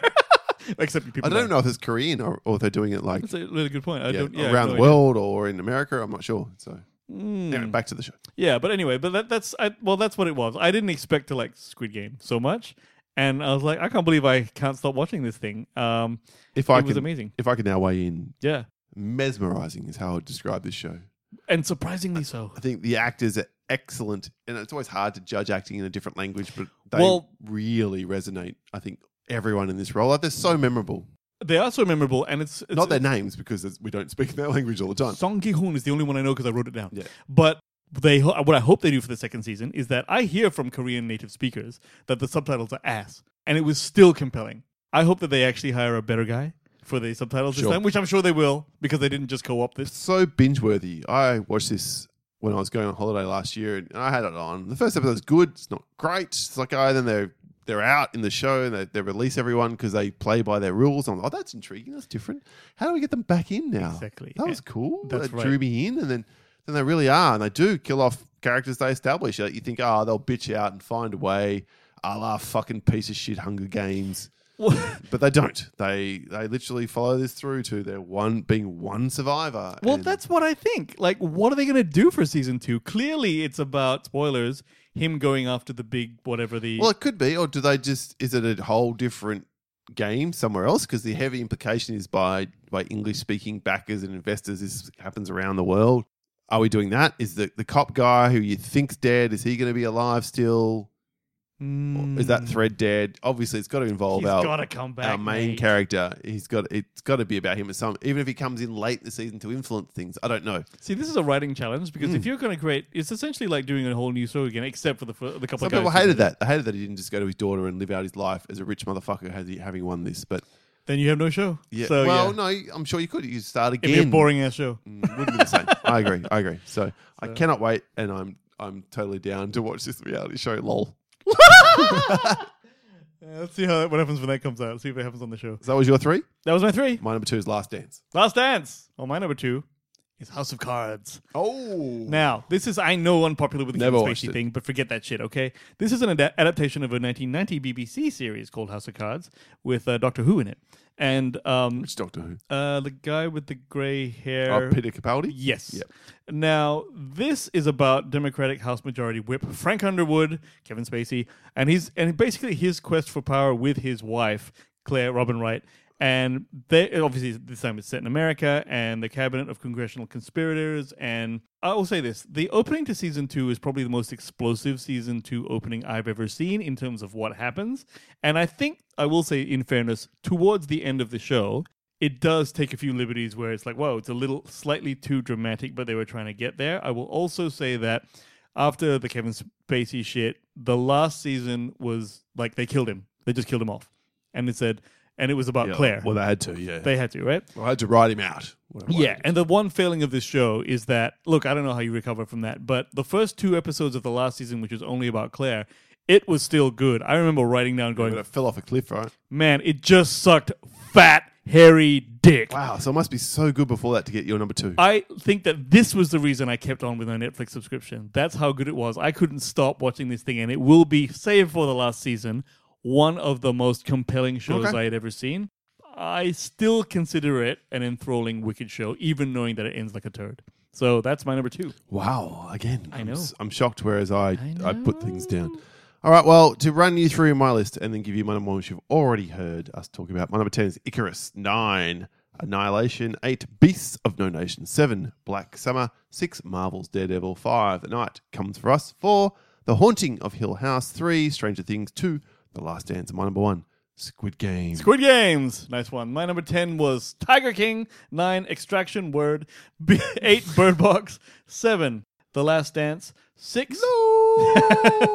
[SPEAKER 3] Except people.
[SPEAKER 2] I don't know if it's Korean or, or if they're doing it like
[SPEAKER 3] That's a really good point. I
[SPEAKER 2] yeah,
[SPEAKER 3] don't yeah, no
[SPEAKER 2] around the
[SPEAKER 3] idea. Hmm.
[SPEAKER 2] world or in America. I'm not sure. So anyway, back to the show.
[SPEAKER 3] Yeah, but anyway, but that, that's I, well, that's what it was. I didn't expect to like Squid Game so much, and I was like, I can't believe I can't stop watching this thing. Um,
[SPEAKER 2] If
[SPEAKER 3] it
[SPEAKER 2] I can,
[SPEAKER 3] was amazing.
[SPEAKER 2] if I can now weigh in,
[SPEAKER 3] Yeah,
[SPEAKER 2] mesmerizing is how I would describe this show.
[SPEAKER 3] and surprisingly so.
[SPEAKER 2] I think the actors are excellent, and it's always hard to judge acting in a different language, but they
[SPEAKER 3] Well-
[SPEAKER 2] really resonate. I think everyone in this role, like they're so memorable.
[SPEAKER 3] They are so memorable, and it's, it's
[SPEAKER 2] Not their names because it's- we don't speak <laughs> that language all the time.
[SPEAKER 3] Song Ki Hoon is the only one I know because I wrote it down.
[SPEAKER 2] Yeah.
[SPEAKER 3] But they ho- what I hope they do for the second season is that I hear from Korean native speakers that the subtitles are ass, and it was still compelling. I hope that they actually hire a better guy for the subtitles
[SPEAKER 2] Sure.
[SPEAKER 3] this time, which I'm sure they will because they didn't just co-opt <laughs> this.
[SPEAKER 2] so binge worthy. I watched this when I was going on holiday last year, and I had it on. The first episode was good. It's not great. It's like, oh, then they're they're out in the show and they, they release everyone because they play by their rules. I'm like, oh, that's intriguing. That's different. How do we get them back in now?
[SPEAKER 3] Exactly.
[SPEAKER 2] That was cool.
[SPEAKER 3] That's
[SPEAKER 2] that
[SPEAKER 3] right.
[SPEAKER 2] drew me in, and then then they really are, and they do kill off characters they establish. Like, you think, oh, they'll bitch out and find a way. A la fucking piece of shit Hunger Games but they don't. They they literally follow this through to their one being one survivor.
[SPEAKER 3] Well,
[SPEAKER 2] and-
[SPEAKER 3] that's what I think. Like, what are they going to do for season two? Clearly, it's about spoilers. Him going after the big whatever the
[SPEAKER 2] well, it could be, or do they just? Is it a whole different game somewhere else? Because the heavy implication is by by English speaking backers and investors. This happens around the world. Are we doing that? Is the the cop guy who you think's dead? Is he going to be alive still?
[SPEAKER 3] Mm,
[SPEAKER 2] Or Is that thread dead? Obviously, it's got to involve
[SPEAKER 3] he's
[SPEAKER 2] our
[SPEAKER 3] got to come back.
[SPEAKER 2] our main
[SPEAKER 3] mate.
[SPEAKER 2] character. He's got it's got to be about him at some. Even if he comes in late in the season to influence things, I don't know.
[SPEAKER 3] See, this is a writing challenge because
[SPEAKER 2] Hmm.
[SPEAKER 3] if you're going to create, it's essentially like doing a whole new show again, except for the fir- the couple
[SPEAKER 2] Some
[SPEAKER 3] of guys.
[SPEAKER 2] people
[SPEAKER 3] who
[SPEAKER 2] hated
[SPEAKER 3] did it.
[SPEAKER 2] that. They hated that he didn't just go to his daughter and live out his life as a rich motherfucker has he, having won this. But
[SPEAKER 3] Then you have no show.
[SPEAKER 2] yeah,
[SPEAKER 3] So,
[SPEAKER 2] well,
[SPEAKER 3] yeah.
[SPEAKER 2] no, I'm sure you could. You could start again.
[SPEAKER 3] It'd be a boring ass show.
[SPEAKER 2] Mm, Wouldn't be the
[SPEAKER 3] <laughs>
[SPEAKER 2] same. I agree. I agree. So, I cannot wait, and I'm I'm totally down to watch this reality show. Lol.
[SPEAKER 3] Yeah, let's see how what happens when that comes out. See if it happens on the show.
[SPEAKER 2] So that was your three.
[SPEAKER 3] That was my three.
[SPEAKER 2] My number two is Last Dance.
[SPEAKER 3] Last dance. Well, my number two is House of Cards.
[SPEAKER 2] Oh,
[SPEAKER 3] Now, this is I know unpopular with the
[SPEAKER 2] Never
[SPEAKER 3] Kevin
[SPEAKER 2] watched
[SPEAKER 3] Spacey
[SPEAKER 2] it.
[SPEAKER 3] thing, but forget that shit, okay? This is an ada- adaptation of a 1990 BBC series called House of Cards with uh, Doctor Who in it, and um,
[SPEAKER 2] which Doctor Who?
[SPEAKER 3] uh, the guy with the grey hair.
[SPEAKER 2] Oh, Peter Capaldi.
[SPEAKER 3] Yes.
[SPEAKER 2] Yep.
[SPEAKER 3] Now, this is about Democratic House Majority Whip Frank Underwood, Kevin Spacey, and he's and basically his quest for power with his wife Claire Robin Wright. And they obviously this time it's set in America, and the cabinet of congressional conspirators. And I will say this: the opening to season two is probably the most explosive season two opening I've ever seen in terms of what happens. And I think I will say, in fairness, towards the end of the show, it does take a few liberties where it's like, whoa, it's a little slightly too dramatic, but they were trying to get there. I will also say that after the Kevin Spacey shit, the last season was like they killed him. They just killed him off. And it said, and it was about
[SPEAKER 2] Yeah.
[SPEAKER 3] Claire.
[SPEAKER 2] Well, they had to. Yeah,
[SPEAKER 3] they had to, right?
[SPEAKER 2] Well, I had to write him out. What a
[SPEAKER 3] Yeah,
[SPEAKER 2] way.
[SPEAKER 3] and the one failing of this show is that look, I don't know how you recover from that, but the first two episodes of the last season, which was only about Claire, it was still good. I remember writing down,
[SPEAKER 2] but
[SPEAKER 3] going,
[SPEAKER 2] it fell off a cliff, right?
[SPEAKER 3] "Man, it just sucked fat, hairy dick."
[SPEAKER 2] Wow. So it must be so good before that to get your number two.
[SPEAKER 3] <laughs> I think that this was the reason I kept on with my Netflix subscription. That's how good it was. I couldn't stop watching this thing, and it will be, save for the last season, one of the most compelling shows
[SPEAKER 2] Okay.
[SPEAKER 3] I had ever seen. I still consider it an enthralling, wicked show, even knowing that it ends like a turd. So that's my number two.
[SPEAKER 2] Wow, again. I
[SPEAKER 3] know.
[SPEAKER 2] I'm, shocked, whereas I, I, put things down. All right, well, to run you through my list and then give you my number one, which you've already heard us talk about. My number 10 is Icarus. 9, Annihilation. 8, Beasts of No Nation. 7, Black Summer. 6, Marvel's Daredevil. 5, The Night Comes For Us. 4, The Haunting of Hill House. 3, Stranger Things. 2, The Last Dance. My number one, Squid Game.
[SPEAKER 3] Squid Games, nice one. My number 10 was Tiger King, 9 Extraction Word, B- <laughs> 8 Bird Box, 7 The Last Dance, 6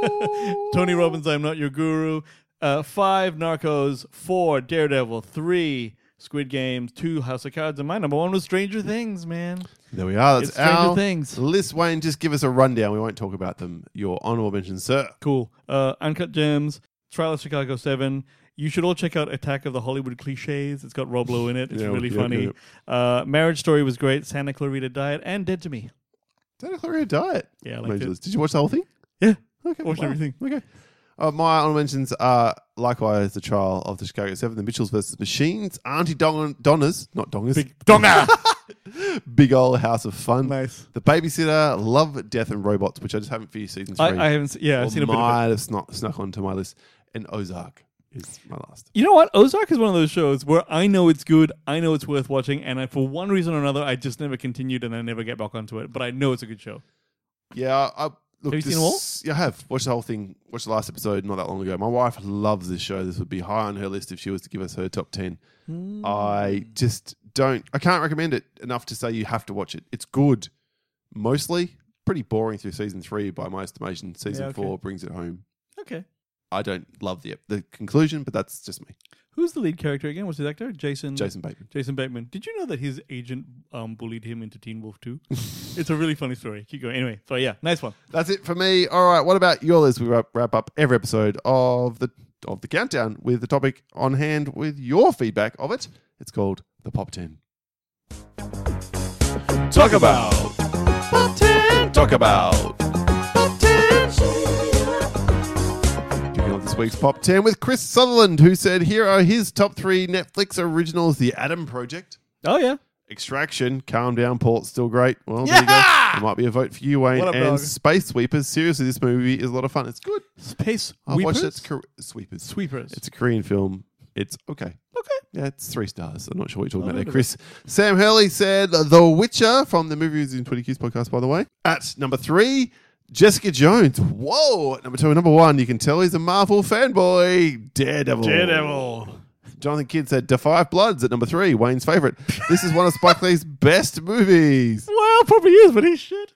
[SPEAKER 3] <laughs> Tony Robbins, I'm Not Your Guru, uh, 5 Narcos, 4 Daredevil, 3 Squid Games, 2 House of Cards, and my number 1 was Stranger Things, man.
[SPEAKER 2] There we are. That's
[SPEAKER 3] It's Stranger
[SPEAKER 2] our
[SPEAKER 3] Things.
[SPEAKER 2] list. Wayne, just give us a rundown. We won't talk about them. Your honorable mention, sir.
[SPEAKER 3] Cool. Uh, Uncut Gems, Trial of Chicago 7. You should all check out Attack of the Hollywood Cliches. It's got Rob Lowe in it. It's
[SPEAKER 2] Yeah,
[SPEAKER 3] really
[SPEAKER 2] yeah,
[SPEAKER 3] funny.
[SPEAKER 2] yeah,
[SPEAKER 3] Uh, Marriage Story was great. Santa Clarita Diet and Dead to Me.
[SPEAKER 2] Santa Clarita Diet.
[SPEAKER 3] Yeah, I liked
[SPEAKER 2] Major
[SPEAKER 3] it.
[SPEAKER 2] list. Did you watch the whole thing?
[SPEAKER 3] Yeah.
[SPEAKER 2] Okay.
[SPEAKER 3] Watched everything.
[SPEAKER 2] Okay. Uh, my honorable mentions are likewise the trial of the Chicago Seven, the Mitchells versus Machines, Auntie Don- Donners, not Dongers, Big,
[SPEAKER 3] Donga!
[SPEAKER 2] <laughs> Old House of Fun,
[SPEAKER 3] Nice.
[SPEAKER 2] The Babysitter, Love, Death, and Robots, which I just haven't finished season three.
[SPEAKER 3] I, I haven't. se- Yeah,
[SPEAKER 2] or
[SPEAKER 3] I've seen a bit of it.
[SPEAKER 2] might have snuck, snuck onto my list, and Ozark is my last.
[SPEAKER 3] You know what? Ozark is one of those shows where I know it's good, I know it's worth watching, and I, for one reason or another, I just never continued and I never get back onto it. But I know it's a good show.
[SPEAKER 2] Yeah, I, I look.
[SPEAKER 3] Have you
[SPEAKER 2] this,
[SPEAKER 3] seen them all?
[SPEAKER 2] Yeah, I have watched the whole thing. Watched the last episode not that long ago. My wife loves this show. This would be high on her list if she was to give us her top ten.
[SPEAKER 3] Hmm.
[SPEAKER 2] I just don't. I can't recommend it enough to say you have to watch it. It's good, mostly. Pretty boring through season three, by my estimation. Season
[SPEAKER 3] Yeah, okay.
[SPEAKER 2] four brings it home.
[SPEAKER 3] Okay.
[SPEAKER 2] I don't love the the conclusion, but that's just me.
[SPEAKER 3] Who's the lead character again? What's his actor? Jason.
[SPEAKER 2] Jason Bateman.
[SPEAKER 3] Jason Bateman. Did you know that his agent um, bullied him into Teen Wolf 2? <laughs> it's a really funny story. Keep going. Anyway, so yeah, nice one.
[SPEAKER 2] That's it for me. All right, what about your list? We wrap, wrap up every episode of the of the countdown with the topic on hand with your feedback of it. It's called the Pop Ten. Talk about Pop Ten. Talk about Pop Ten. Kicking off this week's Pop Ten with Chris Sutherland, who said here are his top three Netflix originals: The Adam Project.
[SPEAKER 3] Oh, yeah.
[SPEAKER 2] Extraction, calm down, Port, still great. Well, there you go. There might be a vote for you, Wayne.
[SPEAKER 3] What up,
[SPEAKER 2] And
[SPEAKER 3] dog?
[SPEAKER 2] Space Sweepers. Seriously, this movie is a lot of fun. It's good.
[SPEAKER 3] Space
[SPEAKER 2] I watched it. It's
[SPEAKER 3] Weepers.
[SPEAKER 2] Kor- Sweepers.
[SPEAKER 3] Sweepers.
[SPEAKER 2] It's a Korean film. It's okay.
[SPEAKER 3] okay.
[SPEAKER 2] Yeah, it's three stars. I'm not sure what you're talking
[SPEAKER 3] I'll remember
[SPEAKER 2] about there, Chris. Sam Hurley said The Witcher from the Movie Reviews in 20Q's podcast, by the way. At number three, Jessica Jones. Whoa. At number two, and number one, you can tell he's a Marvel fanboy. Daredevil.
[SPEAKER 3] Daredevil.
[SPEAKER 2] Jonathan Kidd said Defy Bloods at number three, Wayne's favorite. This is one of Spike Lee's best movies.
[SPEAKER 3] Well, probably is, but he's shit.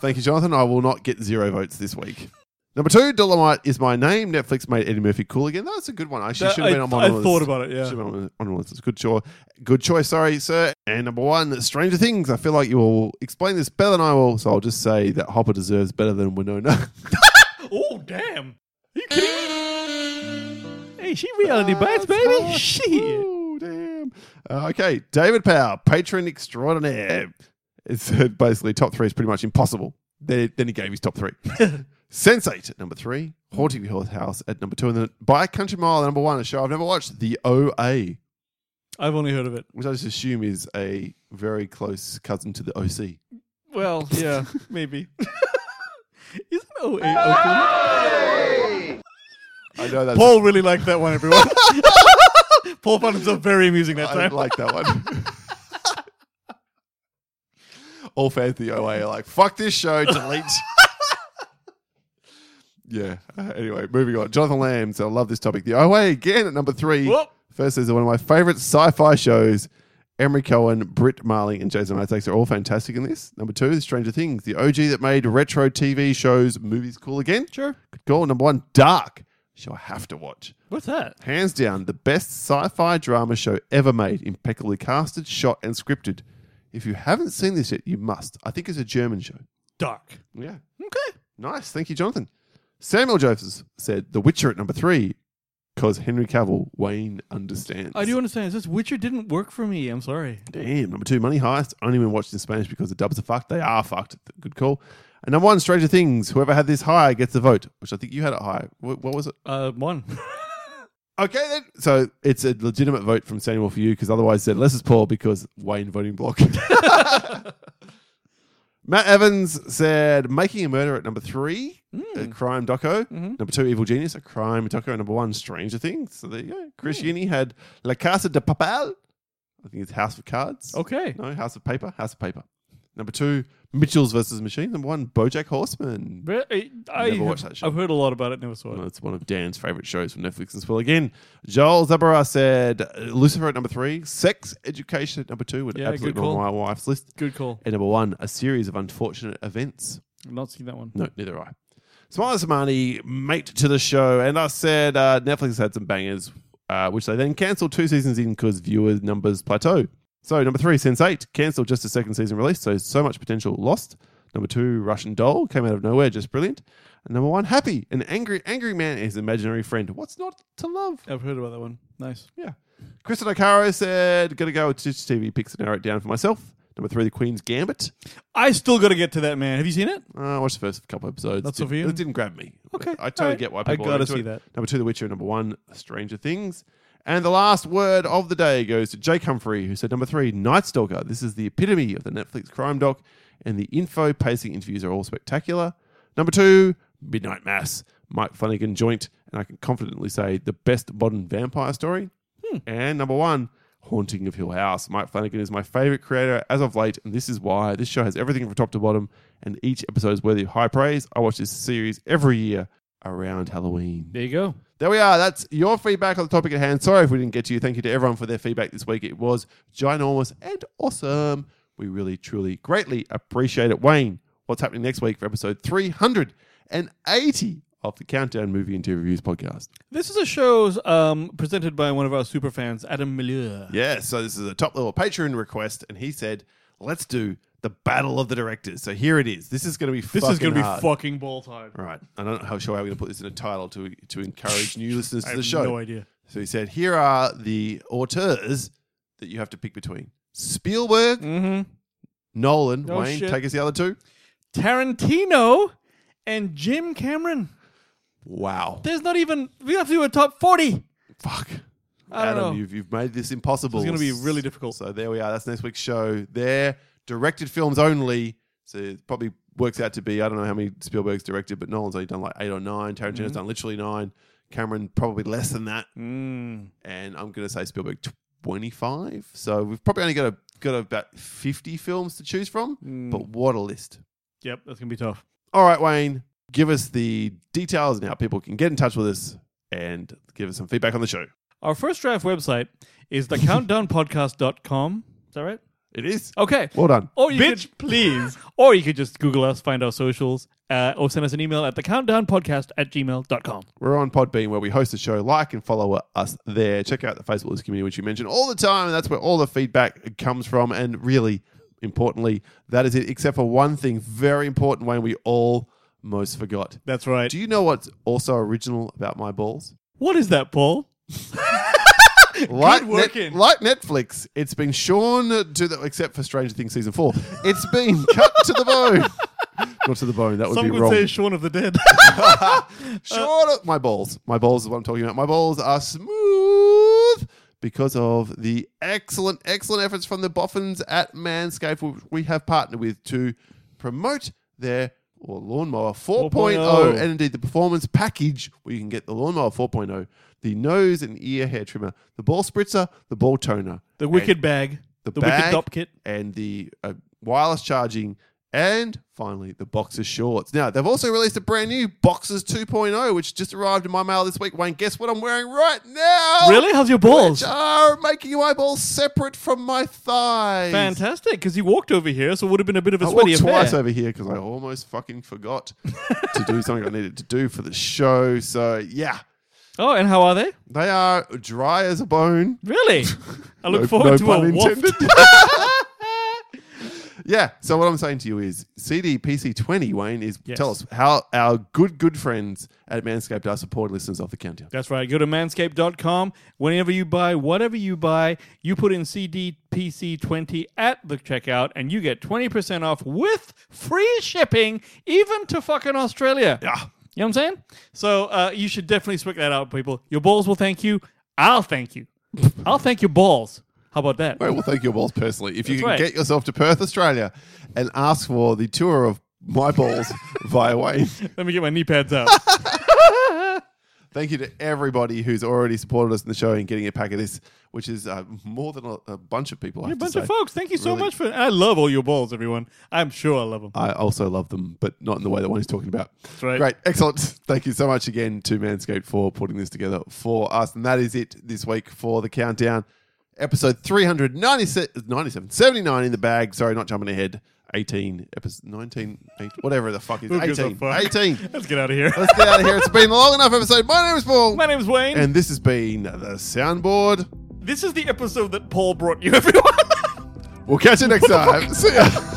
[SPEAKER 2] Thank you, Jonathan. I will not get zero votes this week. Number two, Dolomite is my name. Netflix made Eddie Murphy cool again. That's a good one. I should
[SPEAKER 3] That-
[SPEAKER 2] have been
[SPEAKER 3] I-
[SPEAKER 2] on my
[SPEAKER 3] I
[SPEAKER 2] list.
[SPEAKER 3] thought about it, yeah.
[SPEAKER 2] Should have been on my- on my list. It's a good choice. Good choice, sorry, sir. And number one, Stranger Things. I feel like you will explain this better than I will, so I'll just say that Hopper deserves better than Winona. <laughs>
[SPEAKER 3] Oh, damn. Are you kidding me? Hey, she reality
[SPEAKER 2] Uh, Ah,
[SPEAKER 3] bites, baby. Shit.
[SPEAKER 2] Ooh, damn. Uh, okay, David Power, patron extraordinaire. It's uh, basically top three is pretty much impossible. Then, then he gave his
[SPEAKER 3] <laughs>
[SPEAKER 2] top three. Sensate at number three, Haunting the Hill House at number two, and then by Country Mile at number one, a show I've never watched, The OA,
[SPEAKER 3] I've only heard of it.
[SPEAKER 2] which I just assume is a very close cousin to The OC.
[SPEAKER 3] Well, yeah, <laughs> maybe. Isn't 08 Oakland?
[SPEAKER 2] I know that's
[SPEAKER 3] Paul really liked that one, everyone. Paul found himself very amusing that
[SPEAKER 2] I
[SPEAKER 3] time.
[SPEAKER 2] like that one. <laughs> All fans of the OA are like, fuck this show, delete. <laughs> yeah. Uh, anyway, moving on. Jonathan Lamb, so I love this topic. The OA again at number three.
[SPEAKER 3] Whoop.
[SPEAKER 2] First season, one of my favorite sci fi shows. Emery Cohen, Britt Marling, and Jason Isaacs are all fantastic in this. Number two, is Stranger Things, the OG that made retro TV shows, movies cool again. Sure. Good call. Number one, Dark, show I have to watch.
[SPEAKER 3] What's that?
[SPEAKER 2] Hands down, the best sci fi drama show ever made, impeccably casted, shot, and scripted. If you haven't seen this yet, you must. I think it's a German show.
[SPEAKER 3] Dark.
[SPEAKER 2] Yeah.
[SPEAKER 3] Okay.
[SPEAKER 2] Nice. Thank you, Jonathan. Samuel Josephs said The Witcher at number three, because Henry Cavill, Wayne understands.
[SPEAKER 3] I do understand. It's just Witcher didn't work for me. I'm sorry.
[SPEAKER 2] Damn. Number two, Money Heist, only when watched in Spanish because the dubs are fucked. They are fucked. Good call. And number one, Stranger Things. Whoever had this higher gets the vote, which I think you had it higher. What, what was it?
[SPEAKER 3] Uh, one. <laughs>
[SPEAKER 2] Okay, then. So it's a legitimate vote from Samuel for you because otherwise said less is Paul because Wayne voting block. <laughs> Matt Evans said Making a Murder at number three, a crime doco. Number two, Evil Genius, a crime doco. Number one, Stranger Things. So there you go. Chris Yeeney had La Casa de Papel. I think it's House of Cards.
[SPEAKER 3] okay.
[SPEAKER 2] No, House of Paper. House of Paper. Number two, Mitchell's versus Machine. Number one, Bojack Horseman.
[SPEAKER 3] But I, I
[SPEAKER 2] Never watched that show.
[SPEAKER 3] I've heard a lot about it. Never saw it.
[SPEAKER 2] Well, Uh, it's one of Dan's favorite shows from Netflix as well. Again, Joel Zabara said uh, Lucifer at number three, Sex Education at number two, would
[SPEAKER 3] Yeah,
[SPEAKER 2] absolutely
[SPEAKER 3] good
[SPEAKER 2] be on
[SPEAKER 3] call.
[SPEAKER 2] my wife's list.
[SPEAKER 3] Good call.
[SPEAKER 2] And number one, a series of unfortunate events.
[SPEAKER 3] I've not seen that one.
[SPEAKER 2] No, neither I. Smiley Samani, mate to the show, and I said uh, Netflix had some bangers, uh, which they then cancelled two seasons in because viewer numbers plateau. So number three, Sense Eight, cancelled just a second season release, so so much potential lost. Number two, Russian Doll came out of nowhere, just brilliant. And number one, Happy, an angry angry man and his imaginary friend. What's not to love?
[SPEAKER 3] I've heard about that one. Nice.
[SPEAKER 2] Yeah. Kristen O'Caro said, gonna go with Stitch TV picks and narrow it down for myself. Number three, The Queen's Gambit.
[SPEAKER 3] I still got to get to that man. Have you seen it?
[SPEAKER 2] Uh, I watched the first couple episodes.
[SPEAKER 3] Not so
[SPEAKER 2] didn't,
[SPEAKER 3] for you?
[SPEAKER 2] It didn't grab me.
[SPEAKER 3] Okay,
[SPEAKER 2] I totally
[SPEAKER 3] alright.
[SPEAKER 2] get why
[SPEAKER 3] I
[SPEAKER 2] people are
[SPEAKER 3] gotta
[SPEAKER 2] into
[SPEAKER 3] see
[SPEAKER 2] it.
[SPEAKER 3] that.
[SPEAKER 2] Number two, The Witcher. Number one, Stranger Things. And the last word of the day goes to Jake Humphrey, who said number three, Night Stalker. This is the epitome of the Netflix crime doc, and the info pacing interviews are all spectacular. Number two, Midnight Mass, Mike Flanagan joint, and I can confidently say the best modern vampire story. And number one, Haunting of Hill House. Mike Flanagan is my favorite creator as of late, and this is why this show has everything from top to bottom, and each episode is worthy of high praise. I watch this series every year around Halloween.
[SPEAKER 7] There you go.
[SPEAKER 2] There we are. That's your feedback on the topic at hand. Sorry if we didn't get to you. Thank you to everyone for their feedback this week. It was ginormous and awesome. We really, truly, greatly appreciate it. Wayne, what's happening next week for episode 380 of the Countdown Movie and TV Reviews podcast?
[SPEAKER 3] This is a show um, presented by one of our super fans, Adam Milieu.
[SPEAKER 2] Yeah, so this is a top level Patreon request, and he said, let's do the Battle of the Directors. So here it is. This is going to be
[SPEAKER 3] This is
[SPEAKER 2] going to
[SPEAKER 3] be fucking balls hard.
[SPEAKER 2] All right. I don't know how sure how we're going to put this in a title to to encourage new listeners
[SPEAKER 3] <laughs>
[SPEAKER 2] to
[SPEAKER 3] I
[SPEAKER 2] the
[SPEAKER 3] have
[SPEAKER 2] show.
[SPEAKER 3] no idea.
[SPEAKER 2] So he said, "Here are the auteurs that you have to pick between: Spielberg, Nolan,
[SPEAKER 3] Mm-hmm. Oh,
[SPEAKER 2] Wayne.
[SPEAKER 3] shit.
[SPEAKER 2] Take us the other two.
[SPEAKER 3] Tarantino and Jim Cameron.
[SPEAKER 2] Wow,
[SPEAKER 3] There's not even. We have to do a top 40.
[SPEAKER 2] fuck,
[SPEAKER 3] I don't
[SPEAKER 2] Adam,
[SPEAKER 3] know.
[SPEAKER 2] you've you've made this impossible.
[SPEAKER 3] It's gonna be really difficult.
[SPEAKER 2] So there we are. That's next week's show. There, directed films only. So it probably works out to be I don't know how many Spielberg's directed, but Nolan's only done like eight or nine. Tarantino's
[SPEAKER 3] Mm-hmm.
[SPEAKER 2] done literally nine. Cameron probably less than that. and I'm going to say Spielberg 25. So we've probably only got a, got about 50 films to choose from, but what a list.
[SPEAKER 3] Yep, that's going to be tough.
[SPEAKER 2] All right, Wayne, give us the details and how people can get in touch with us and give us some feedback on the show.
[SPEAKER 3] Our first draft website is thecountdownpodcast.com. Is that right?
[SPEAKER 2] It is.
[SPEAKER 3] Okay.
[SPEAKER 2] Well done.
[SPEAKER 3] Or you
[SPEAKER 2] Bitch,
[SPEAKER 3] could, please. <laughs> Or you could just Google us, find our socials, uh, or send us an email at thecountdownpodcast at gmail.com.
[SPEAKER 2] We're on Podbean where we host the show. Like and follow us there. Check out the Facebook list community, which you mention all the time. And that's where all the feedback comes from. And really importantly, that is it, except for one thing very important, Wayne, we all most forgot.
[SPEAKER 3] That's right.
[SPEAKER 2] Do you know what's also original about my
[SPEAKER 3] <laughs>
[SPEAKER 2] balls?
[SPEAKER 3] what is that, Paul?
[SPEAKER 2] Like,
[SPEAKER 3] working.
[SPEAKER 2] like Netflix, it's been shorn to the except for Stranger Things season four. It's been cut to the
[SPEAKER 3] <laughs>
[SPEAKER 2] bone. Not to the bone. That would
[SPEAKER 3] Some
[SPEAKER 2] be
[SPEAKER 3] would
[SPEAKER 2] wrong.
[SPEAKER 3] say Shaun of the Dead.
[SPEAKER 2] <laughs> Short of my balls. My balls is what I'm talking about. My balls are smooth because of the excellent, excellent efforts from the boffins at Manscaped, which we have partnered with to promote their or lawnmower 4.0,
[SPEAKER 3] 4.0.
[SPEAKER 2] and indeed the performance package where you can get the lawnmower 4.0, the nose and ear hair trimmer, the ball spritzer, the ball toner,
[SPEAKER 3] <laughs> the Wicked Bag.
[SPEAKER 2] the,
[SPEAKER 3] Wicked
[SPEAKER 2] bag,
[SPEAKER 3] Dop Kit.
[SPEAKER 2] and the uh, wireless charging, and finally the boxer shorts. Now they've also released a brand new boxers 2.0, which just arrived in my mail this week. Wayne, guess what I'm wearing right now?
[SPEAKER 3] Really? How's your
[SPEAKER 2] Which
[SPEAKER 3] balls?
[SPEAKER 2] are making my balls separate from my thighs.
[SPEAKER 3] Fantastic, because you walked over here, so it would have been a bit of a
[SPEAKER 2] I
[SPEAKER 3] sweaty
[SPEAKER 2] walked
[SPEAKER 3] affair.
[SPEAKER 2] twice over here because I almost fucking forgot to do something I needed to do for the show. So yeah,
[SPEAKER 3] Oh, and how are they?
[SPEAKER 2] they are dry as a bone. <laughs>
[SPEAKER 3] Really? I look
[SPEAKER 2] No-
[SPEAKER 3] forward
[SPEAKER 2] no
[SPEAKER 3] to
[SPEAKER 2] pun
[SPEAKER 3] a waft. <laughs>
[SPEAKER 2] intended. Yeah. So what I'm saying to you is CDPC20, Wayne, is
[SPEAKER 3] Yes.
[SPEAKER 2] tell us how our good, good friends at Manscaped are supporting listeners of the countdown.
[SPEAKER 3] That's right. Go to manscaped.com. Whenever you buy, whatever you buy, you put in CDPC20 at the checkout and you get 20% off with free shipping, even to fucking Australia. Yeah. You know what I'm saying? So uh, you should definitely swig that out, people. Your balls will thank you. I'll thank you. I'll thank your balls. How about that?
[SPEAKER 2] Well, thank your balls personally. If you
[SPEAKER 3] That's
[SPEAKER 2] can
[SPEAKER 3] right.
[SPEAKER 2] get yourself to Perth, Australia, and ask for the tour of my
[SPEAKER 3] <laughs>
[SPEAKER 2] balls via Wayne.
[SPEAKER 3] Let me get my knee pads
[SPEAKER 2] <laughs>
[SPEAKER 3] out.
[SPEAKER 2] Thank you to everybody who's already supported us in the show and getting a pack of this, which is uh, more than a, a bunch of people. I
[SPEAKER 3] a
[SPEAKER 2] have to
[SPEAKER 3] bunch
[SPEAKER 2] say.
[SPEAKER 3] of folks. Thank you so
[SPEAKER 2] Really-
[SPEAKER 3] much for. I love all your balls, everyone. I'm sure I love them.
[SPEAKER 2] I also love them, but not in the way that one is talking about.
[SPEAKER 3] right.
[SPEAKER 2] Great. Excellent. <laughs> Thank you so much again to Manscaped for putting this together for us. And that is it this week for the countdown. Episode 397, 97, 79 in the bag. Sorry, not jumping ahead. 18, episode 19, eight- whatever the fuck is
[SPEAKER 3] Who gives a
[SPEAKER 2] 18.
[SPEAKER 3] fuck?
[SPEAKER 2] 18.
[SPEAKER 3] Let's get out of here.
[SPEAKER 2] <laughs> Let's get out of here. It's been a long enough episode. My name is Paul.
[SPEAKER 3] My name's Wayne.
[SPEAKER 2] and this has been The Soundboard.
[SPEAKER 3] this is the episode that Paul brought you, everyone. <laughs>
[SPEAKER 2] We'll catch you next time. See ya.